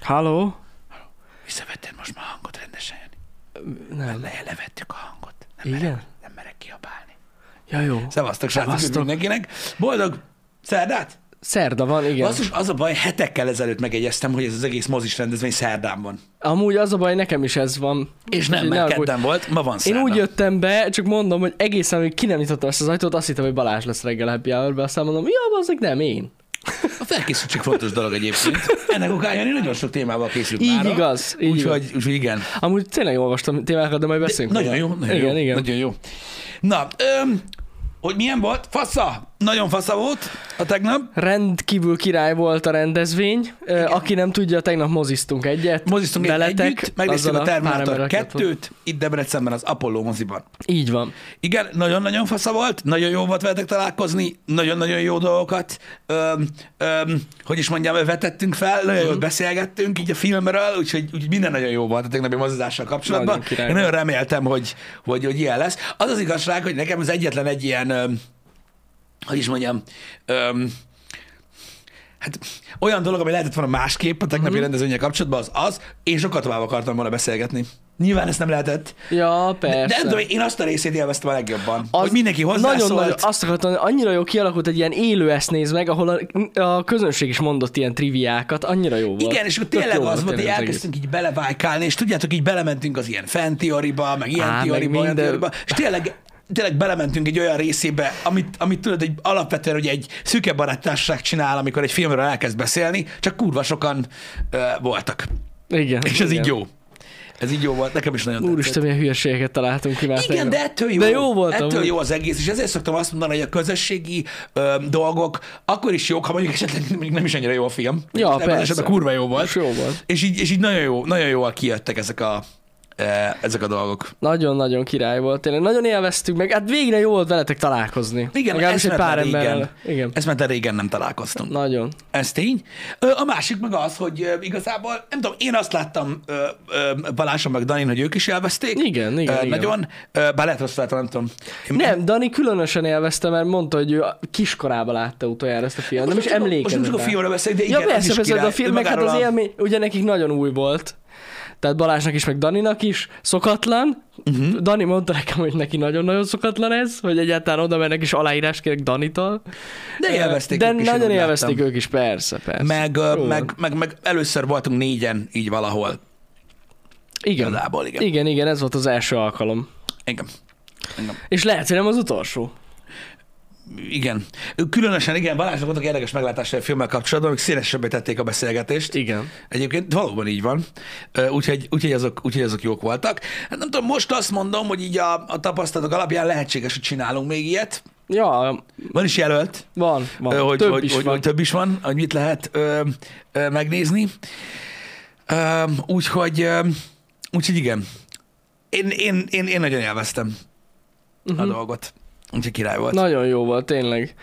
Halló? Visszavetted most már a hangot rendesen, Jani. Nem. Le, levettük a hangot. Nem Igen? Merek, nem merek kiabálni. Ja, jó. Szevasztok, srácok, Szevasztok. mindenkinek. Boldog szerdát! Szerda van, igen. Basszus, az a baj, hetekkel ezelőtt megjegyeztem, hogy ez az egész mozis rendezvény szerdán van. Amúgy az a baj, nekem is ez van. És nem, Úgyhogy ne mert aggódj. kedden volt, ma van Én szerda. úgy jöttem be, csak mondom, hogy egészen, amíg ki nem nyitottam ezt az ajtót, azt hittem, hogy Balázs lesz reggel happy hour aztán mondom, ja, azok nem én. A felkészültség fontos dolog egyébként. Ennek okán Jani nagyon sok témával készült Így mára. igaz, így Úgyhogy úgyhogy igen. Amúgy tényleg olvastam témákat, de majd beszélünk. Nagyon róla. jó, nagyon igen, jó. Igen, Nagyon jó. Na, öm, hogy milyen volt? Fasza! Nagyon fasza volt a tegnap. Rendkívül király volt a rendezvény. Igen. Aki nem tudja, tegnap moziztunk egyet. Moziztunk veletek, együtt, megnéztük azzal a pár Terminator emberrel, akit ott volt. 2-t, itt Debrecenben az Apollo moziban. Így van. Igen, nagyon-nagyon fasza volt, nagyon jó volt veletek találkozni, nagyon-nagyon jó dolgokat, öm, öm, hogy is mondjam, vetettünk fel, nagyon Mhm. jól beszélgettünk így a filmről, úgyhogy úgy minden nagyon jó volt a tegnapi mozizással kapcsolatban. Nagyon király Én volt. nagyon reméltem, hogy, hogy, hogy ilyen lesz. Az az igazság, hogy nekem az egyetlen egy ilyen, öm, hogy is mondjam, öm, Hát olyan dolog, ami lehetett volna másképp a tegnapi Mhm. mm-hmm. rendezvények kapcsolatban, az az, én sokkal tovább akartam volna beszélgetni. Nyilván ezt nem lehetett, Ja, persze. de nem tudom, én azt a részét élveztem a legjobban. Az Az hogy mindenki hozzászólt. Nagyon nagy, azt akartam, hogy annyira jó kialakult egy ilyen élő ezt néz meg, ahol a, a közönség is mondott ilyen triviákat, annyira jó volt. igen, és Tök akkor tényleg jó az volt, hogy tényleg az elkezdtünk így belevájkálni, és tudjátok, így belementünk az ilyen fentioriba, meg ilyen Á, meg teoriba, olyan minden. teoriba, és tényleg tényleg belementünk egy olyan részébe, amit, amit tudod, egy, alapvetően ugye egy szüke baráttárság csinál, amikor egy filmről elkezd beszélni, csak kurva sokan ö, voltak. egész. Igen. És ez igen. így jó. Ez így jó volt, nekem is nagyon tetszett. Úristen, milyen hülyeségeket találtunk ki már. Igen, tegnap. de ettől jó. Hát De jó volt Ettől amúgy. jó az egész, és ezért szoktam azt mondani, hogy a közösségi ö, dolgok akkor is jók, ha mondjuk esetleg mondjuk nem is annyira jó a film. Ja, Ebben persze. esetben kurva jó volt. És jó volt. És így, és így nagyon, jó, nagyon jól kijöttek ezek a, ö, ezek a dolgok. Nagyon-nagyon király volt, tényleg. Nagyon élveztük meg, hát végre jó volt veletek találkozni. Igen, Legalábbis egy pár eszmetlen emberrel. régen. Igen. Eszmetlen régen nem találkoztunk. Nagyon. Ez tény. Ö, A másik meg az, hogy ö, igazából, nem tudom, én azt láttam ö, ö, Baláson meg Danin, hogy ők is elveszték. Igen, igen, Ö, igen. Nagyon. Ö, Bár lehet rosszul láttam, nem tudom. Én- Nem, Dani különösen élvezte, mert mondta, hogy ő a- kiskorában látta utoljára ezt a filmet. Nem is Most nem csak- emlékezett Most nem rá. csak a filmről beszélünk, de igen, ja, az persze, is persze, de a király. film, meg hát Magáról az a- élmény, ugye nekik nagyon új volt. Tehát Balázsnak is, meg Daninak is szokatlan. Uh-huh. Mhm. Dani mondta nekem, hogy neki nagyon-nagyon szokatlan ez, hogy egyáltalán oda mennek és aláírás kérek Danitól. De élvezték De ők is, én nagyon úgy élvezték láttam. ők is, persze, persze. Meg, ö, Jó meg, van. meg, meg, először voltunk négyen így valahol. igen. Igazából, igen. igen, igen, ez volt az első alkalom. Igen. Igen. És lehet, hogy nem az utolsó. igen. Különösen igen, Balázsnak voltak érdekes meglátásai a filmmel kapcsolatban, amik színesebbé tették a beszélgetést. Igen. Egyébként valóban így van. Ö, Úgyhogy, úgyhogy, azok, úgyhogy azok jók voltak. Hát nem tudom, most azt mondom, hogy így a, a tapasztalatok alapján lehetséges, hogy csinálunk még ilyet. Ja, Van is jelölt, van, van. Ö, hogy, Több hogy, is hogy, van. Hogy több is van, hogy mit lehet ö, ö, megnézni. Ö, úgyhogy, ö, úgyhogy igen, én, én, én, én nagyon élveztem Mhm. uh-huh. a dolgot. Úgyhogy király volt. Na, Hát Nagyon jó volt, tényleg.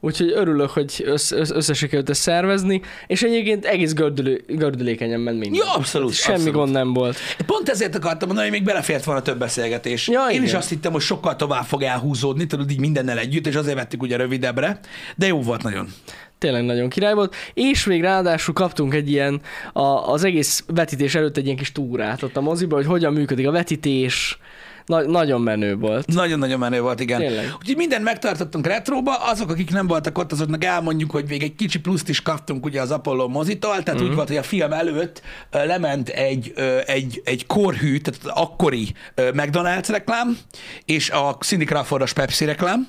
Úgyhogy örülök, hogy össz, össz, összesikerült ezt szervezni, és egyébként egész gördülő, gördülékenyen ment minden. Ja, abszolút, Semmi abszolút. gond nem volt. Pont ezért akartam mondani, hogy még belefért volna több beszélgetés. Ja, én igen. is azt hittem, hogy sokkal tovább fog elhúzódni, tudod, így mindennel együtt, és azért vettük ugye rövidebbre, de jó volt nagyon. Tényleg nagyon király volt. És még ráadásul kaptunk egy ilyen, a, az egész vetítés előtt egy ilyen kis túrát ott a moziba, hogy hogyan működik a vetítés. Na, nagyon menő volt. Nagyon-nagyon menő volt, igen. Tényleg. Úgyhogy mindent megtartottunk retróba, azok, akik nem voltak ott, azoknak elmondjuk, hogy még egy kicsi pluszt is kaptunk ugye az Apollo mozitól, tehát Mhm. mm-hmm. úgy volt, hogy a film előtt ö, lement egy, ö, egy, egy korhű, tehát az akkori ö, McDonald's reklám, és a Cindy Crawfordos Pepsi reklám,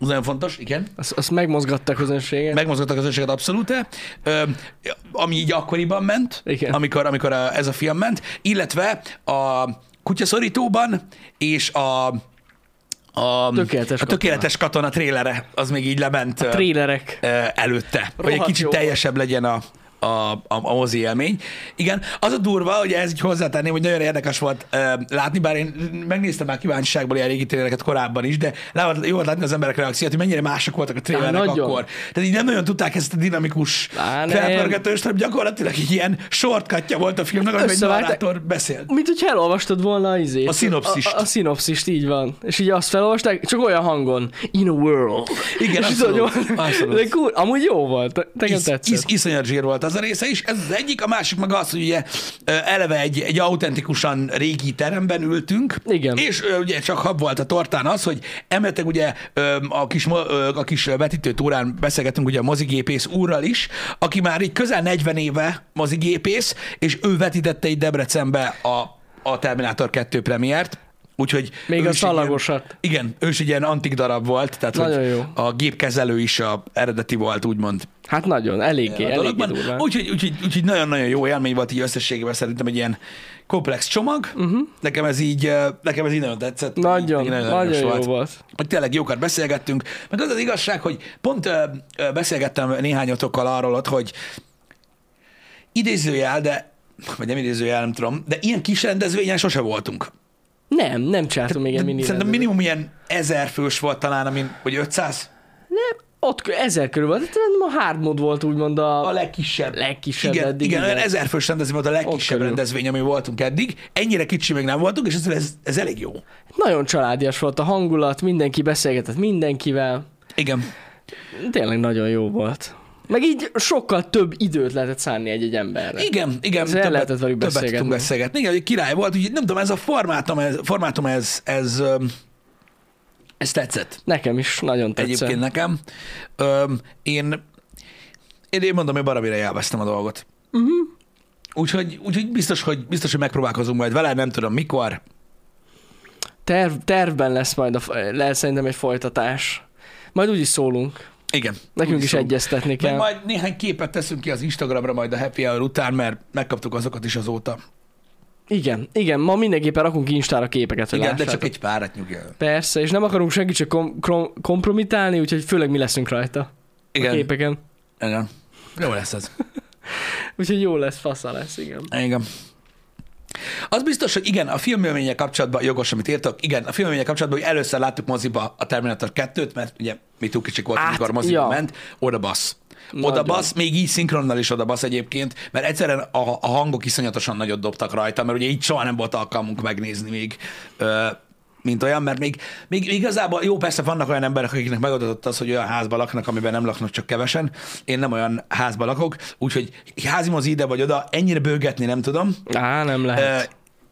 az nagyon fontos, igen. Azt, azt megmozgatta a közönséget. Meg... Megmozgattak az összeget abszolút ami így akkoriban ment, Igen. amikor, amikor a, ez a film ment, illetve a kutyaszorítóban és a, a Tökéletes a tökéletes katona trélere, az még így lement ö, Trélerek. ö, eh, előtte, hogy egy Rohadt kicsit jó. teljesebb legyen a, a, a, a mozi élmény. Igen, az a durva, hogy ez így hozzátenném, hogy nagyon érdekes volt ö, látni, bár én megnéztem már kíváncsiságból ilyen régi trélereket korábban is, de rá volt- jó volt látni az emberek reakciót, hogy mennyire mások voltak a trélerek Á, nagyon. akkor. Tehát így nem nagyon tudták ezt a dinamikus Á, nem. felpörgetőst, hanem gyakorlatilag egy ilyen sortkatja volt a filmnek, amiben egy Összevágták. narrátor beszélt. Mint hogy elolvastad volna az izét. A szinopszist. A, a, a szinopszist, így van. És így azt felolvasták, csak olyan hangon. In a world. Igen, és abszolút, tudod, jó- abszolút. De cool, amúgy jó volt. Nekem Is, tetszett. is, iszonyat zsír volt az, az a része is. Ez az egyik, a másik meg az, hogy ugye ö, eleve egy, egy autentikusan régi teremben ültünk. Igen. És ö, ugye csak hab volt a tortán az, hogy emeteg ugye ö, a kis, mo- ö, a kis vetítőtórán beszélgetünk ugye a mozigépész úrral is, aki már így közel 40 éve mozigépész, és ő vetítette itt Debrecenbe a, a Terminátor 2 premiért. Úgyhogy Még ő a is egy ilyen- szalagosat. igen, ő is egy ilyen antik darab volt, tehát Nagyon hogy jó. a gépkezelő is a eredeti volt, úgymond. Hát nagyon, eléggé, a eléggé dologban. durván. Úgyhogy, úgyhogy, úgyhogy nagyon-nagyon jó élmény volt így összességében szerintem egy ilyen komplex csomag. Uh-huh. Nekem, ez így, eh, nekem ez így nagyon tetszett. Mhm. Nagyon, Így nagyon aranyos jó volt. Hogy tényleg jókat beszélgettünk. Meg az az igazság, hogy pont ö, ö, beszélgettem néhányatokkal arról ott, hogy idézőjel, de vagy nem idézőjel, nem tudom, de ilyen kis rendezvényen sose voltunk. Nem, nem csináltam még egy mini Szerintem rendezvényt. minimum ilyen ezer fős volt talán, amin, vagy 500? Nem, ott kö- ezer körül volt. Tehát ma hard mod volt úgymond a... A legkisebb. Legkisebb igen, eddig, Igen, igen. olyan ezer fős rendezvény volt a legkisebb körül. rendezvény, ami voltunk eddig. Ennyire kicsi még nem voltunk, és ezzel ez, ez elég jó. Nagyon családias volt a hangulat, mindenki beszélgetett mindenkivel. Igen. Tényleg nagyon jó volt. Meg így sokkal több időt lehetett szánni egy-egy emberre. Igen, igen. Ezzel lehetett velük többet beszélgetni. tudtunk beszélgetni. Igen, egy király volt, úgyhogy nem tudom, ez a formátum, ez, formátum ez, ez, öm, ez tetszett. Nekem is nagyon tetszett. Egyébként nekem. Öm, én, én, én mondom, én baromira élveztem a dolgot. Mhm. Uh-huh. Úgyhogy, úgyhogy biztos, hogy, biztos, hogy megpróbálkozunk majd vele, nem tudom mikor. Terv, tervben lesz majd, a, lesz szerintem egy folytatás. Majd úgyis szólunk. Igen. Nekünk úgy is szólunk. egyeztetni Meg kell. majd néhány képet teszünk ki az Instagramra majd a happy hour után, mert megkaptuk azokat is azóta. Igen, igen, ma mindenképpen rakunk ki Instára képeket, hogy Igen, de lássátok. csak egy párat nyugjál. Persze, és nem akarunk senkit csak kom- krom- kompromitálni, úgyhogy főleg mi leszünk rajta a Igen. képeken. Igen. Jó lesz ez. Úgyhogy jó lesz, fasza lesz, igen. Igen. Az biztos, hogy igen, a filmélménye kapcsolatban, jogos, amit írtok, igen, a filmélménye kapcsolatban, hogy először láttuk moziba a Terminator 2-t, mert ugye mi túl kicsik voltunk, Át, amikor moziba ja. ment, oda basz. Oda Nagyon. basz, még így szinkronnal is oda basz egyébként, mert egyszerűen a, a hangok iszonyatosan nagyot dobtak rajta, mert ugye így soha nem volt alkalmunk megnézni még, ö, mint olyan, mert még, még még igazából jó, persze vannak olyan emberek, akiknek megadott az, hogy olyan házban laknak, amiben nem laknak csak kevesen. Én nem olyan házban lakok, úgyhogy házim az ide vagy oda, ennyire bőgetni nem tudom. Á, nem Ö, lehet.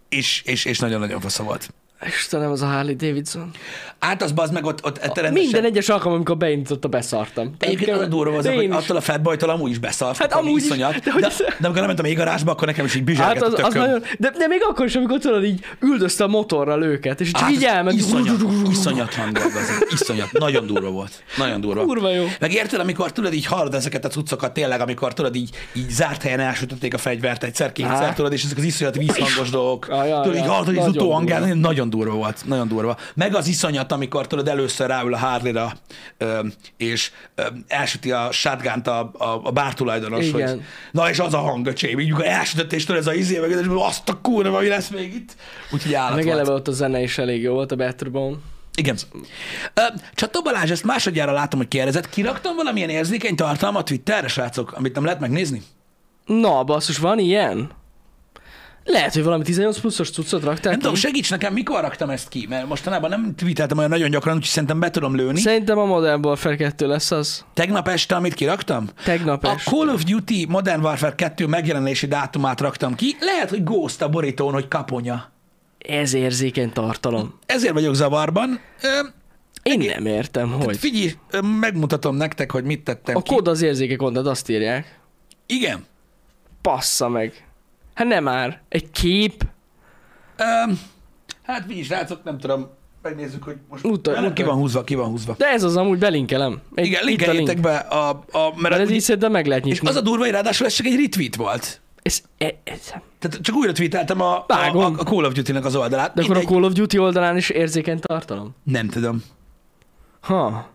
és, és, és nagyon-nagyon fasza volt. Istenem, az a Harley Davidson. Hát az bazd meg ott, ott rendesen. Minden egyes alkalom, amikor beindította, beszartam. Egyébként Tehát- olyan durva az, Én hogy is. attól a fatboytól amúgy is beszart. Hát amúgy is, iszonyat. de De, hogy de, ez- de, amikor nem mentem a garázsba, akkor nekem is így bizsárgett Hát hát az, az nagyon, de, de, még akkor is, amikor tudod, így üldözte a motorral őket, és csak így elment. Hát, Iszonyat, iszonyat hang volt az. Iszonyat. Nagyon durva volt. Nagyon durva. Kurva jó. Meg érted, amikor tudod, így hallod ezeket a cuccokat tényleg, amikor tudod, így, így zárt helyen elsütötték a fegyvert egyszer-kétszer, Á. tudod, és ezek az iszonyat vízhangos dolgok. Ajaj, tudod, így ajaj, hallod, hogy az nagyon utóhangján durva. nagyon durva volt. Nagyon durva. Meg az iszonyat, amikor tudod, először ráül a Harley-ra, öm, és öm, elsüti a shotgun a, a, a bártulajdonos, Igen. hogy na és az a hang, öcsém, így amikor elsütött, és tudod, ez a izé, meg ez, és azt a kurva, mi lesz még itt? Úgyhogy állat Meg volt. eleve ott a zene is elég jó volt, a Better Bone. Igen. Ö, Csató Balázs, ezt másodjára látom, hogy kérdezett. Kiraktam valamilyen érzékeny tartalmat Twitterre, srácok, amit nem lehet megnézni? Na, basszus, van ilyen? Lehet, hogy valami 18 pluszos cuccot rakták Nem tudom, ki. segíts nekem, mikor raktam ezt ki, mert mostanában nem tweeteltem olyan nagyon gyakran, úgyhogy szerintem be tudom lőni. Szerintem a Modern Warfare 2 lesz az. Tegnap este, amit kiraktam? Tegnap A este. Call of Duty Modern Warfare 2 megjelenési dátumát raktam ki. Lehet, hogy Ghost a borítón, hogy kaponya. Ez érzékeny tartalom. Ezért vagyok zavarban. Ö, hát Én nem értem, hogy. Figyelj, ö, megmutatom nektek, hogy mit tettem A ki. kód az érzékeny kontent, azt írják. Igen. Passza meg. Hát nem már. Egy kép. Öm, hát figyelj, srácok, nem tudom, megnézzük, hogy most Uta- Velem ki uta- van húzva, ki van húzva. De ez az amúgy belinkelem. Egy, Igen, itt a linkeljétek link. be a... a mert Mert ez ugye- így szerintem meg lehet és nyitni. az a durva, hogy ráadásul ez csak egy retweet volt. Ez, ez, ez. Tehát csak újra tweeteltem a, a, Vágom. a, a Call of Duty-nek az oldalát. De akkor a Mindegy. Call of Duty oldalán is érzékeny tartalom? Nem tudom. Ha.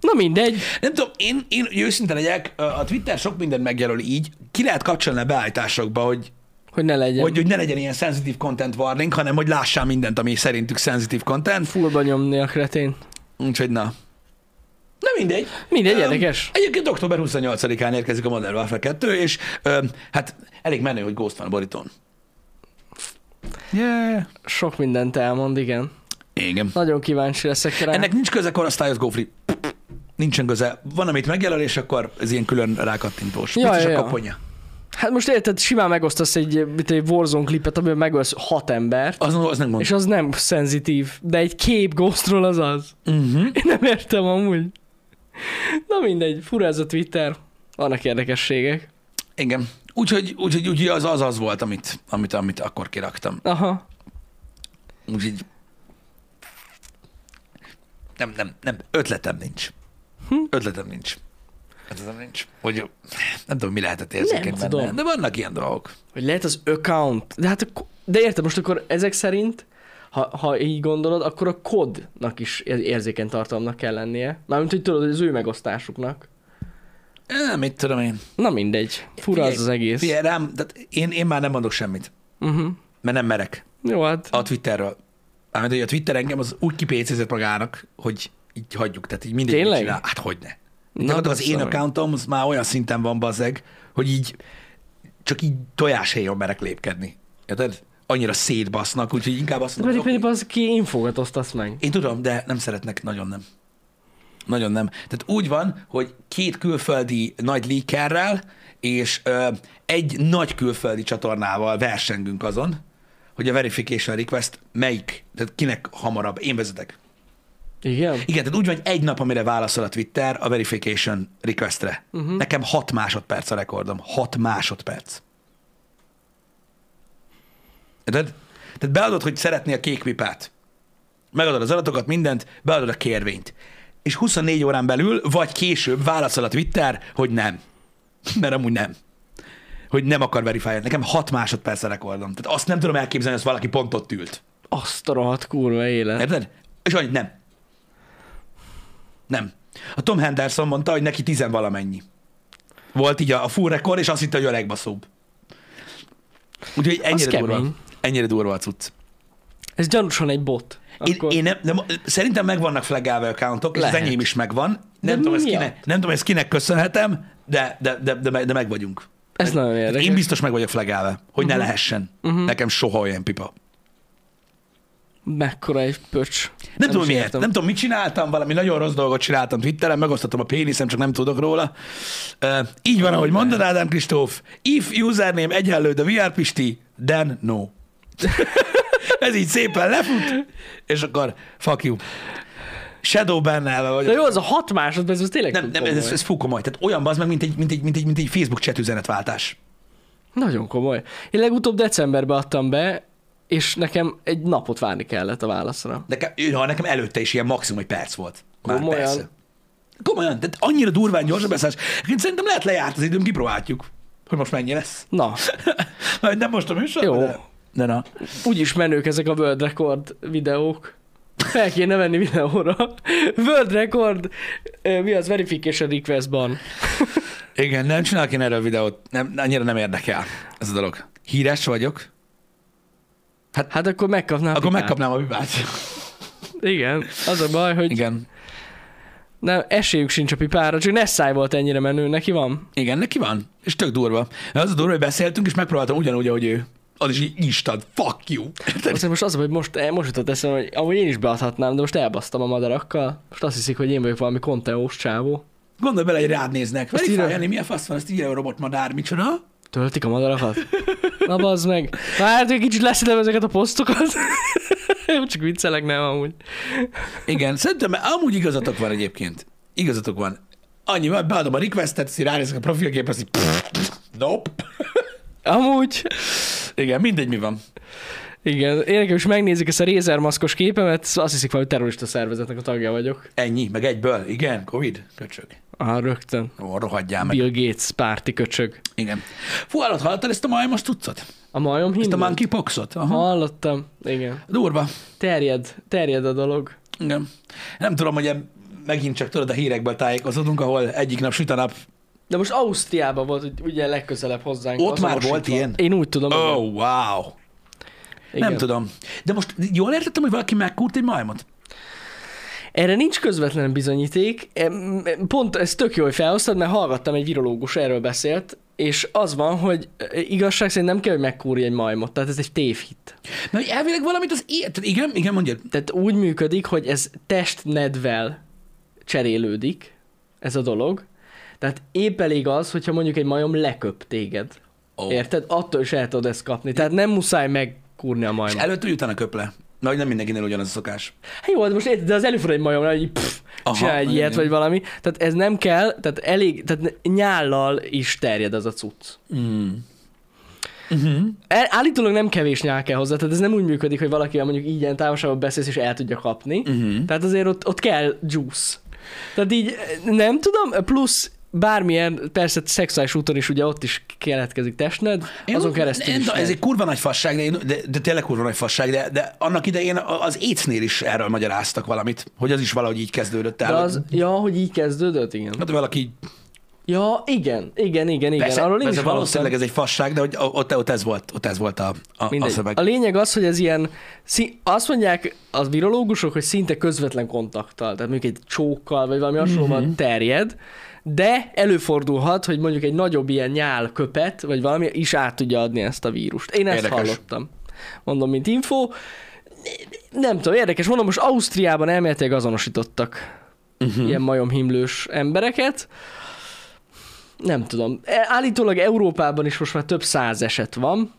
Na mindegy. Nem tudom, én, én hogy őszinte legyek, a Twitter sok mindent megjelöl így, ki lehet kapcsolni a beállításokba, hogy, Hogy ne legyen. hogy, Hogy hogy ne legyen ilyen sensitive content warning, hanem hogy lássál mindent, ami szerintük sensitive content. fullba nyomni a kretén. Úgyhogy na. Na mindegy. Mindegy, Öm, érdekes. Egyébként október 28-án érkezik a Modern Warfare 2, és öm, hát elég menő, hogy Ghost van a borítón. Yeah. Sok mindent elmond, igen. Igen. Nagyon kíváncsi leszek rá. Ennek nincs köze korosztályhoz, Gófri. nincsen köze. Van, amit megjelöl, és akkor ez ilyen külön rákattintós. Ja, Biztos ja, a ja. kaponya. Hát most érted, simán megosztasz egy, mit, egy Warzone klipet, amiben megölsz hat embert, Az, az nem gond. és az nem szenzitív, de egy kép Ghostról az az. Uh-huh. Én nem értem amúgy. Na mindegy, fura ez a Twitter. Vannak érdekességek. Igen. Úgyhogy, úgyhogy, úgyhogy az, az az volt, amit, amit, amit akkor kiraktam. Aha. Úgyhogy nem, nem, nem, ötletem nincs. Hm? Ötletem nincs. Ötletem nincs. Hogy nem tudom, mi lehetett érzékeny Nem benne. tudom. De vannak ilyen dolgok. Hogy lehet az account. De hát a, ko- de érted, most akkor ezek szerint, ha, ha így gondolod, akkor a kodnak is ér- érzékeny tartalomnak kell lennie. Mármint, hogy tudod, hogy az ő megosztásuknak. Nem, mit tudom én. Na mindegy. Fura az az egész. Figyelj, rám, tehát én, én már nem mondok semmit, Uh-huh. mert nem merek Jó, hát. a Twitterről. Mármint, hogy a Twitter engem az úgy kipécézett magának, hogy így hagyjuk. Tehát így mindig Tényleg? csinál. Hát hogy ne. Na, Na, de az én szarul. accountom az már olyan szinten van bazeg, hogy így csak így tojáshéjon merek lépkedni. Érted? Annyira szétbasznak, úgyhogy inkább azt De mondom, pedig, okay. pedig az ki infogat osztasz meg. Én tudom, de nem szeretnek, nagyon nem. Nagyon nem. Tehát úgy van, hogy két külföldi nagy líkerrel és ö, egy nagy külföldi csatornával versengünk azon, hogy a verification request melyik, tehát kinek hamarabb. Én vezetek. Igen? Igen, tehát úgy van, hogy egy nap, amire válaszol a Twitter a verification requestre. Uh-huh. Nekem hat másodperc a rekordom. Hat másodperc. Érted? Tehát beadod, hogy szeretné a kék pipát. Megadod az adatokat, mindent, beadod a kérvényt. És 24 órán belül, vagy később válaszol a Twitter, hogy nem. Mert amúgy nem. Hogy nem akar verifikálni. Nekem hat másodperc a rekordom. Tehát azt nem tudom elképzelni, hogy azt valaki pont ott ült. Azt a rohadt kurva élet. Érted? És annyit nem. Nem. A Tom Henderson mondta, hogy neki tizen valamennyi. Volt így a, a full rekord, és azt hitte, hogy a legbaszóbb. Úgyhogy ennyire durva. kemény. Ennyire durva a cucc. Ez gyanúsan egy bot. Én, én nem, nem, szerintem megvannak flaggelve accountok, és az Lehet. enyém is megvan. De Nem tudom, ez miatt? kinek, nem tudom, ezt kinek köszönhetem, de, de, de, de, de meg vagyunk. Ez nagyon érdekes. Mhm. Én biztos meg vagyok flaggelve, hogy uh-huh. ne lehessen. Uh-huh. Nekem soha olyan pipa. Mekkora egy pöcs. Nem, tudom is miért, értem. nem tudom, mit csináltam, valami nagyon rossz dolgot csináltam Twitteren, megosztottam a péniszem, csak nem tudok róla. Uh, így van, ahogy mondod, Ádám Kristóf. If username egyenlő a VR Pisti, then no. Ez így szépen lefut, és akkor fuck you. Shadow bennel vagy. De jó, az a hat másodperc, ez tényleg nem, nem, komoly. ez, ez fú komoly. Tehát olyan bazd meg, mint egy, mint egy, mint egy, mint egy Facebook chat üzenetváltás. Nagyon komoly. Én legutóbb decemberben adtam be, és nekem egy napot várni kellett a válaszra. Nekem, ha nekem előtte is ilyen maximum egy perc volt. Már Komolyan? persze. Komolyan, tehát annyira durván gyors a beszás. Szerintem lehet lejárt az időm, kipróbáljuk, hogy most mennyi lesz. Na, Majd nem most a műsor, Jó. de, de na. úgyis menők ezek a World Record videók. Fel kéne venni videóra. World Record, ö, mi az Verification Requestban. Igen, nem csinálok én erről videót. Nem, annyira nem érdekel ez a dolog. Híres vagyok, Hát akkor megkapnám. akkor pipát. megkapnám a bibát. Igen, az a baj, hogy Igen. nem, esélyük sincs a pipára, csak Nessai volt ennyire menő, neki van. Igen, neki van. És tök durva. Az a durva, hogy beszéltünk, és megpróbáltam ugyanúgy, ahogy ő. Az is így, Isten, fuck you. Aztán most az, a baj, hogy most, eh, most jutott eszembe, hogy amúgy én is beadhatnám, de most elbasztam a madarakkal. Most azt hiszik, hogy én vagyok valami konteós csávó. Gondolj bele, hogy rád néznek. Azt írja- Verifálni, milyen fasz van, ezt írja a robotmadár, micsoda? Töltik a madarakat? Na bazd meg. Várj, egy kicsit leszedem ezeket a posztokat. Csak viccelek, nem amúgy. Igen, szerintem amúgy igazatok van egyébként. Igazatok van. Annyi van, beadom a requestet, így ránézek a profilképre, azt így... Nope. Amúgy, Igen, mindegy, mi van. igen, én nekem is megnézik ezt a rézermaszkos képemet, szóval azt hiszik valami terrorista szervezetnek a tagja vagyok. Ennyi, meg egyből. Igen, Covid, köcsög. Ah, rögtön. Ó, rohadjál meg. Bill Gates párti köcsög. Igen. Fú, hallott, hallottad ezt a majmos tucot? A majom Ezt a hindu? monkeypoxot? Aha. Hallottam, igen. Durva. Terjed, terjed a dolog. Igen. Nem tudom, hogy em- megint csak tudod, a hírekből tájékozódunk, ahol egyik nap süt a nap. De most Ausztriában volt hogy ugye legközelebb hozzánk. Ott már azonosítva. volt ilyen? Én úgy tudom. Oh, igen. wow. Igen. Nem tudom. De most jól értettem, hogy valaki megkúrt egy majmot? Erre nincs közvetlen bizonyíték. Em, em, Pont ez tök jó, hogy felhoztad, mert hallgattam, egy virológus erről beszélt, és az van, hogy e, igazság szerint nem kell, hogy megkúrj egy majmot, tehát ez egy tévhit. Na, hogy elvileg valamit az ilyet. Igen, igen, mondja. Tehát úgy működik, hogy ez testnedvel cserélődik, ez a dolog. Tehát épp elég az, hogyha mondjuk egy majom leköp téged. Ó. Oh. Érted? Attól is el tudod ezt kapni. Tehát nem muszáj megkúrni a És e- majmot. előtt úgy utána köp le. Na, hogy nem mindenkinél ugyanaz a szokás. Hát jó, de most érted, de az előfordul egy majom, hogy pff, Aha, csinál egy igen, ilyet, igen. vagy valami. Tehát ez nem kell, tehát elég, tehát nyállal is terjed az a cucc. Mm. El- Állítólag nem kevés nyál kell hozzá, tehát ez nem úgy működik, hogy valakivel mondjuk így ilyen távolságban beszélsz, és el tudja kapni. Mhm. Tehát azért ott, ott kell juice. Tehát így nem tudom, plusz bármilyen, persze szexuális úton is ugye ott is keletkezik testned, azon keresztül nem, is. de ez lehet. egy kurva nagy fasság, de, én, de, de tényleg kurva nagy fasság, de, de annak idején az écnél is erről magyaráztak valamit, hogy az is valahogy így kezdődött de el. az, ja, hogy így kezdődött, igen. Hát valaki így, Ja, igen, igen, igen, igen. persze, Arról én is persze hallottam. valószínűleg ez egy fasság, de hogy ott, ott ez volt, ott ez volt a, a, a Mindegy. szöveg. A lényeg az, hogy ez ilyen, szí- azt mondják az virológusok, hogy szinte közvetlen kontakttal, tehát mondjuk egy csókkal, vagy Mhm. valami hasonlóan mm-hmm. terjed, de előfordulhat, hogy mondjuk egy nagyobb ilyen nyálköpet, vagy valami is át tudja adni ezt a vírust. Én ezt Érdekes. hallottam. Mondom, mint info. Nem tudom, érdekes. Mondom, most Ausztriában elméletileg azonosítottak uh-huh. ilyen majomhimlős embereket. Nem tudom. E- Állítólag Európában is most már több száz eset van,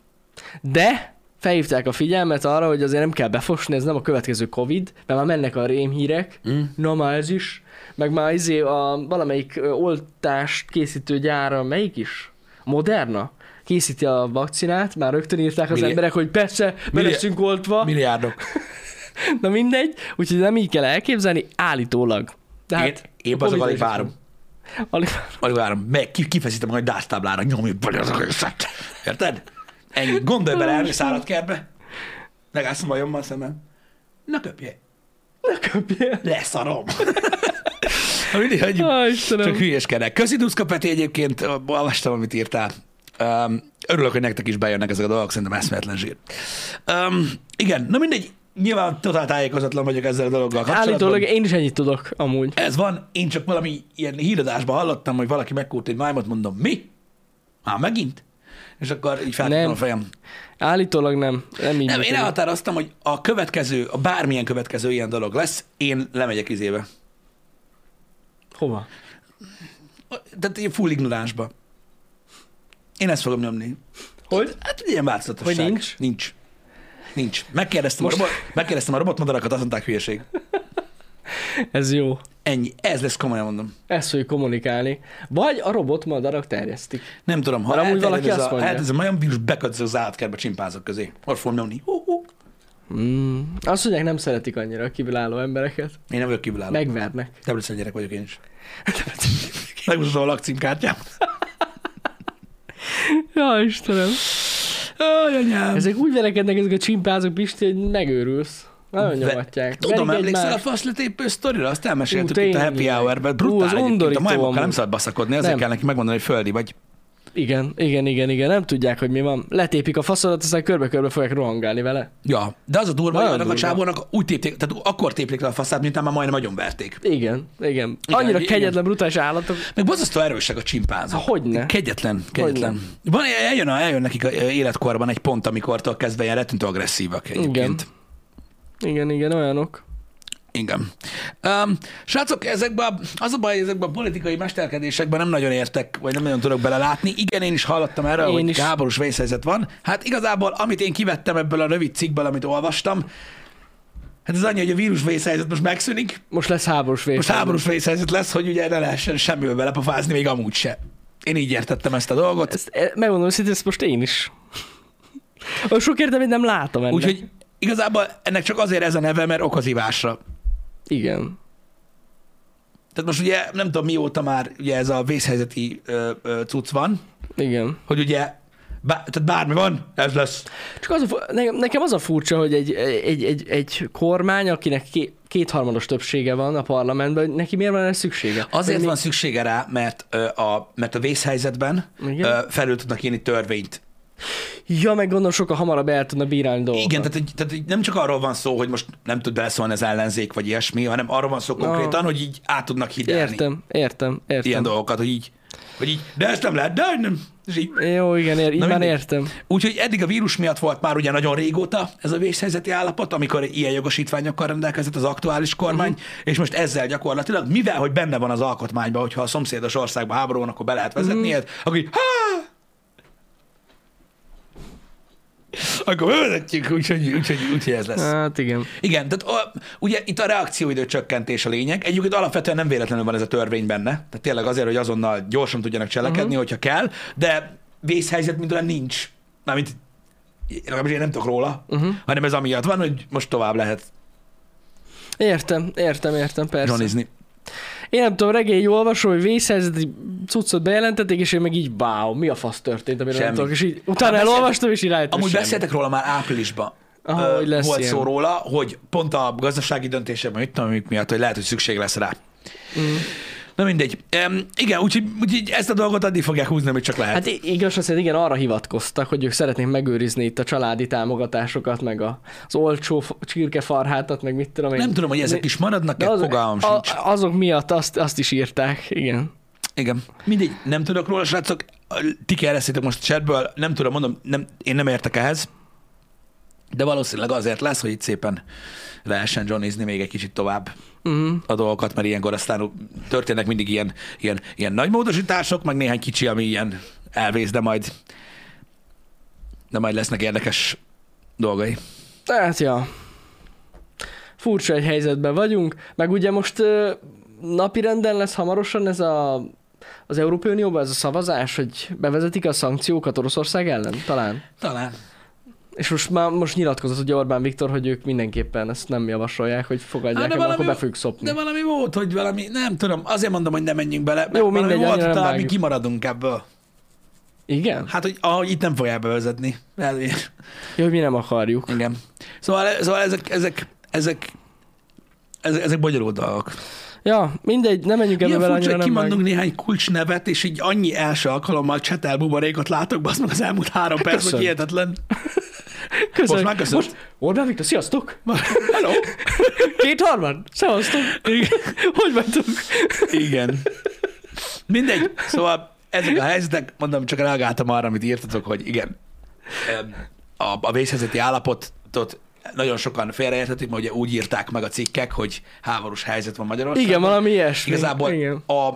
de felhívták a figyelmet arra, hogy azért nem kell befosni, ez nem a következő Covid, mert már mennek a rémhírek, Mm. na már ez is, meg már izé a valamelyik ö, oltást készítő gyára, melyik is? Moderna? készíti a vakcinát, már rögtön írták az Milli- emberek, hogy persze, be Milli- leszünk oltva. Milliárdok. Na mindegy, úgyhogy nem így kell elképzelni, állítólag. De Hát, én, én azok alig várom. Alig... Alig várom. Meg ki- kifeszítem majd dásztáblára, nyomj bele az egészet. Érted? Ennyi. Gondolj bele, elmész szárad kertbe. Megállsz a majommal szemem. Na köpje. Ne köpjél. Leszarom. Ha Mindig hagyjuk. Á, Istenem. Csak hülyeskedek. Köszi Duszka Peti egyébként, ö, olvastam, amit írtál. Um, örülök, hogy nektek is bejönnek ezek a dolgok, szerintem eszméletlen zsír. Um, igen, na mindegy, nyilván totál tájékozatlan vagyok ezzel a dologgal kapcsolatban. Állítólag én is ennyit tudok, amúgy. Ez van, én csak valami ilyen híradásban hallottam, hogy valaki megkúrt egy májmot, mondom, mi? Már megint? És akkor így feltettem Nem. a fejem. Állítólag nem. Nem így Nem, én működik. elhatároztam, hogy a következő, a bármilyen következő ilyen dolog lesz, én lemegyek izébe. Hova? Tehát ilyen full ignoránsba. Én ezt fogom nyomni. Hogy? Hát egy ilyen változatosság. Hogy nincs? Nincs. Nincs. Megkérdeztem, Most... a, robot, megkérdeztem a robotmadarakat, azt mondták hülyeség. Ez jó. Ennyi. Ez lesz komolyan mondom. Ezt fogjuk kommunikálni. Vagy a robot madarak terjesztik. Nem tudom, ha Mert amúgy elterjed valaki ez azt a, mondja. hát ez a majom vírus bekötsz az állatkertbe csimpázok közé. Ott fogom nyomni. Hú, hú. Mm. Azt mondják, nem szeretik annyira a kívülálló embereket. Én nem vagyok kívülálló. Meg... Megvernek. Debrecen gyerek vagyok én is. Megmutatom a lakcímkártyám. Ja, Istenem. Aj, anyám. Ezek úgy verekednek ezek a csimpázok, Pisti, hogy megőrülsz. Nagyon Ve- nyomhatják. Tudom, Verik emlékszel a egymást. faszletépő sztorira? Azt elmeséltük Ú, itt a happy tényleg. hour-ben. Ú, az Brutál egyébként. A undorító majmokkal amúgy. nem szabad baszakodni, ezért Nem. kell neki megmondani, hogy földi vagy. Igen, igen, igen, igen. Nem tudják, hogy mi van. Letépik a faszodat, aztán körbe-körbe fogják rohangálni vele. Ja, de az a durva, hogy Nagyon annak a durva. csávónak úgy tépték, tehát akkor tépték le a faszát, miután már majdnem nagyon verték. Igen, igen. Annyira igen. kegyetlen, brutális állatok. Meg borzasztó erősek a csimpánzok. Há, hogyne. Kegyetlen, kegyetlen. Van, eljön, eljön nekik a ö, életkorban egy pont, amikortól kezdve ilyen rettentő agresszívak egyébként. Igen. Igen, igen, olyanok. Igen. Um, srácok, ezekben a, az a baj, hogy ezekben a politikai mesterkedésekben nem nagyon értek, vagy nem nagyon tudok belelátni. Igen, én is hallottam erről, Én hogy is. háborús vészhelyzet van. Hát igazából, amit én kivettem ebből a rövid cikkből, amit olvastam, hát ez annyi, hogy a vírus vészhelyzet most megszűnik, Most lesz háborús vér. Most háborús vészhelyzet lesz, hogy ugye ne lehessen semmivel belepofázni, még amúgy se. Én így értettem ezt a dolgot. Ezt, e- megmondom őszintén, ezt most én is. Olyan sok értelmét nem látom ennek. Úgyhogy igazából ennek csak azért ez a neve, mert okozívásra. Igen. Tehát most ugye nem tudom mióta már ugye ez a vészhelyzeti ö, ö, cucc van, Igen. hogy ugye bá, tehát bármi van, ez lesz. Csak az a, fu- nekem, nekem az a furcsa, hogy egy, egy, egy, egy kormány, akinek ké, kétharmados többsége van a parlamentben, hogy neki miért van erre szüksége? Azért Hogy mi- van szüksége rá, mert, ö, a, mert a vészhelyzetben Igen. ö, felül tudnak írni törvényt. Ja, meg gondolom sokkal hamarabb el tudna bírálni dolgokat. Igen, tehát, egy- tehát egy- nem csak arról van szó, hogy most nem tud beleszólni az ellenzék, vagy ilyesmi, hanem arról van szó konkrétan, hogy így át tudnak hidelni. Értem, értem, értem. ilyen dolgokat, hogy így Hogy így, de ezt nem lehet, de nem. És így, Jó, igen, ér, így Na már mindegy. értem. Úgyhogy eddig a vírus miatt volt már ugye nagyon régóta ez a vészhelyzeti állapot, amikor ilyen jogosítványokkal rendelkezett az aktuális kormány, uh-huh. és most ezzel gyakorlatilag, mivel hogy benne van az alkotmányban, hogyha a szomszédos országban háború van, akkor be lehet vezetni uh-huh. ilyet, akkor így, há! Akkor bevezetjük, úgyhogy, úgyhogy, úgyhogy ez lesz. Hát igen. Igen, tehát a, ugye itt a reakcióidő csökkentés a lényeg. Egyébként alapvetően nem véletlenül van ez a törvény benne. Tehát tényleg azért, hogy azonnal gyorsan tudjanak cselekedni, Mhm. uh-huh. hogyha kell, de vészhelyzet, mint olyan nincs. Mármint legalábbis én nem tudok róla, Mhm. uh-huh. hanem ez amiatt van, hogy most tovább lehet Értem, értem, értem, persze. zsonizni. Én nem tudom, regény olvasó, hogy vészhelyzeti cuccot bejelentették, és én meg így, wow, mi a fasz történt, amiről nem Semmi. tudok, és így utána Hát beszélt- elolvastam, és így rájöttem, Amúgy semmi. beszéltek róla már áprilisban. Aha, Ö, hogy lesz volt ilyen. szó róla, hogy pont a gazdasági döntésekben, mit tudom, mik miatt, hogy lehet, hogy szükség lesz rá. Mhm. Na mindegy. Um, igen, úgyhogy, úgyhogy ezt a dolgot addig fogják húzni, amit csak lehet. Hát i- igaz, azt igen, arra hivatkoztak, hogy ők szeretnék megőrizni itt a családi támogatásokat, meg a, az olcsó f- csirkefarhátat, meg mit tudom én. nem tudom, hogy ezek is maradnak-e, De azok- fogalmam a- sincs. Azok miatt azt, azt is írták, igen. Igen. Mindegy, nem tudok róla, srácok. Ti kérdeztétek most a chatből, nem tudom, mondom, nem, én nem értek ehhez, de valószínűleg azért lesz, hogy itt szépen lehessen johnizni még egy kicsit tovább Uh-huh. a dolgokat, mert ilyenkor aztán történnek mindig ilyen, ilyen, ilyen nagy módosítások, meg néhány kicsi, ami ilyen elvész, de majd, de majd lesznek érdekes dolgai. Hát ja. Furcsa egy helyzetben vagyunk, meg ugye most ö, napirenden lesz hamarosan ez a az Európai Unióban ez a szavazás, hogy bevezetik a szankciókat Oroszország ellen, talán. Talán. És most már most nyilatkozott ugye Orbán Viktor, hogy ők mindenképpen ezt nem javasolják, hogy fogadják, Hát de hát, valami, akkor be valami- fogjuk szopni. De valami volt, hogy valami, nem tudom, azért mondom, hogy nem menjünk bele, mert Jó, valami mindegy, volt, annyira nem talán mi vágjuk. kimaradunk ebből. Igen? Hát, hogy ahogy itt nem fogják bevezetni. Elvi- Jó, hogy mi nem akarjuk. Igen. Szóval, szóval ezek, ezek, ezek, ezek, ezek bonyolult dolgok. Ja, mindegy, nem menjünk ebbe Milyen bele, furcsa, annyira hogy nem kimondunk vágjuk. néhány kulcsnevet, és így annyi első alkalommal csetel buborékot látok, bazd meg az elmúlt három perc, hogy Hát köszönöm. hihetetlen. Köszönjük. már köszönöm. Most Orbán Viktor, sziasztok! Hello! Kétharmad? Szevasztok! Igen. Hogy vagytok? Igen. Mindegy. Szóval ezek a helyzetek, mondom, csak reagáltam arra, amit írtatok, hogy igen, em, a, a vészhelyzeti állapotot nagyon sokan félreérthetik, mert ugye úgy írták meg a cikkek, hogy háborús helyzet van Magyarországon. Igen, valami iesmi. Igazából Igen, a,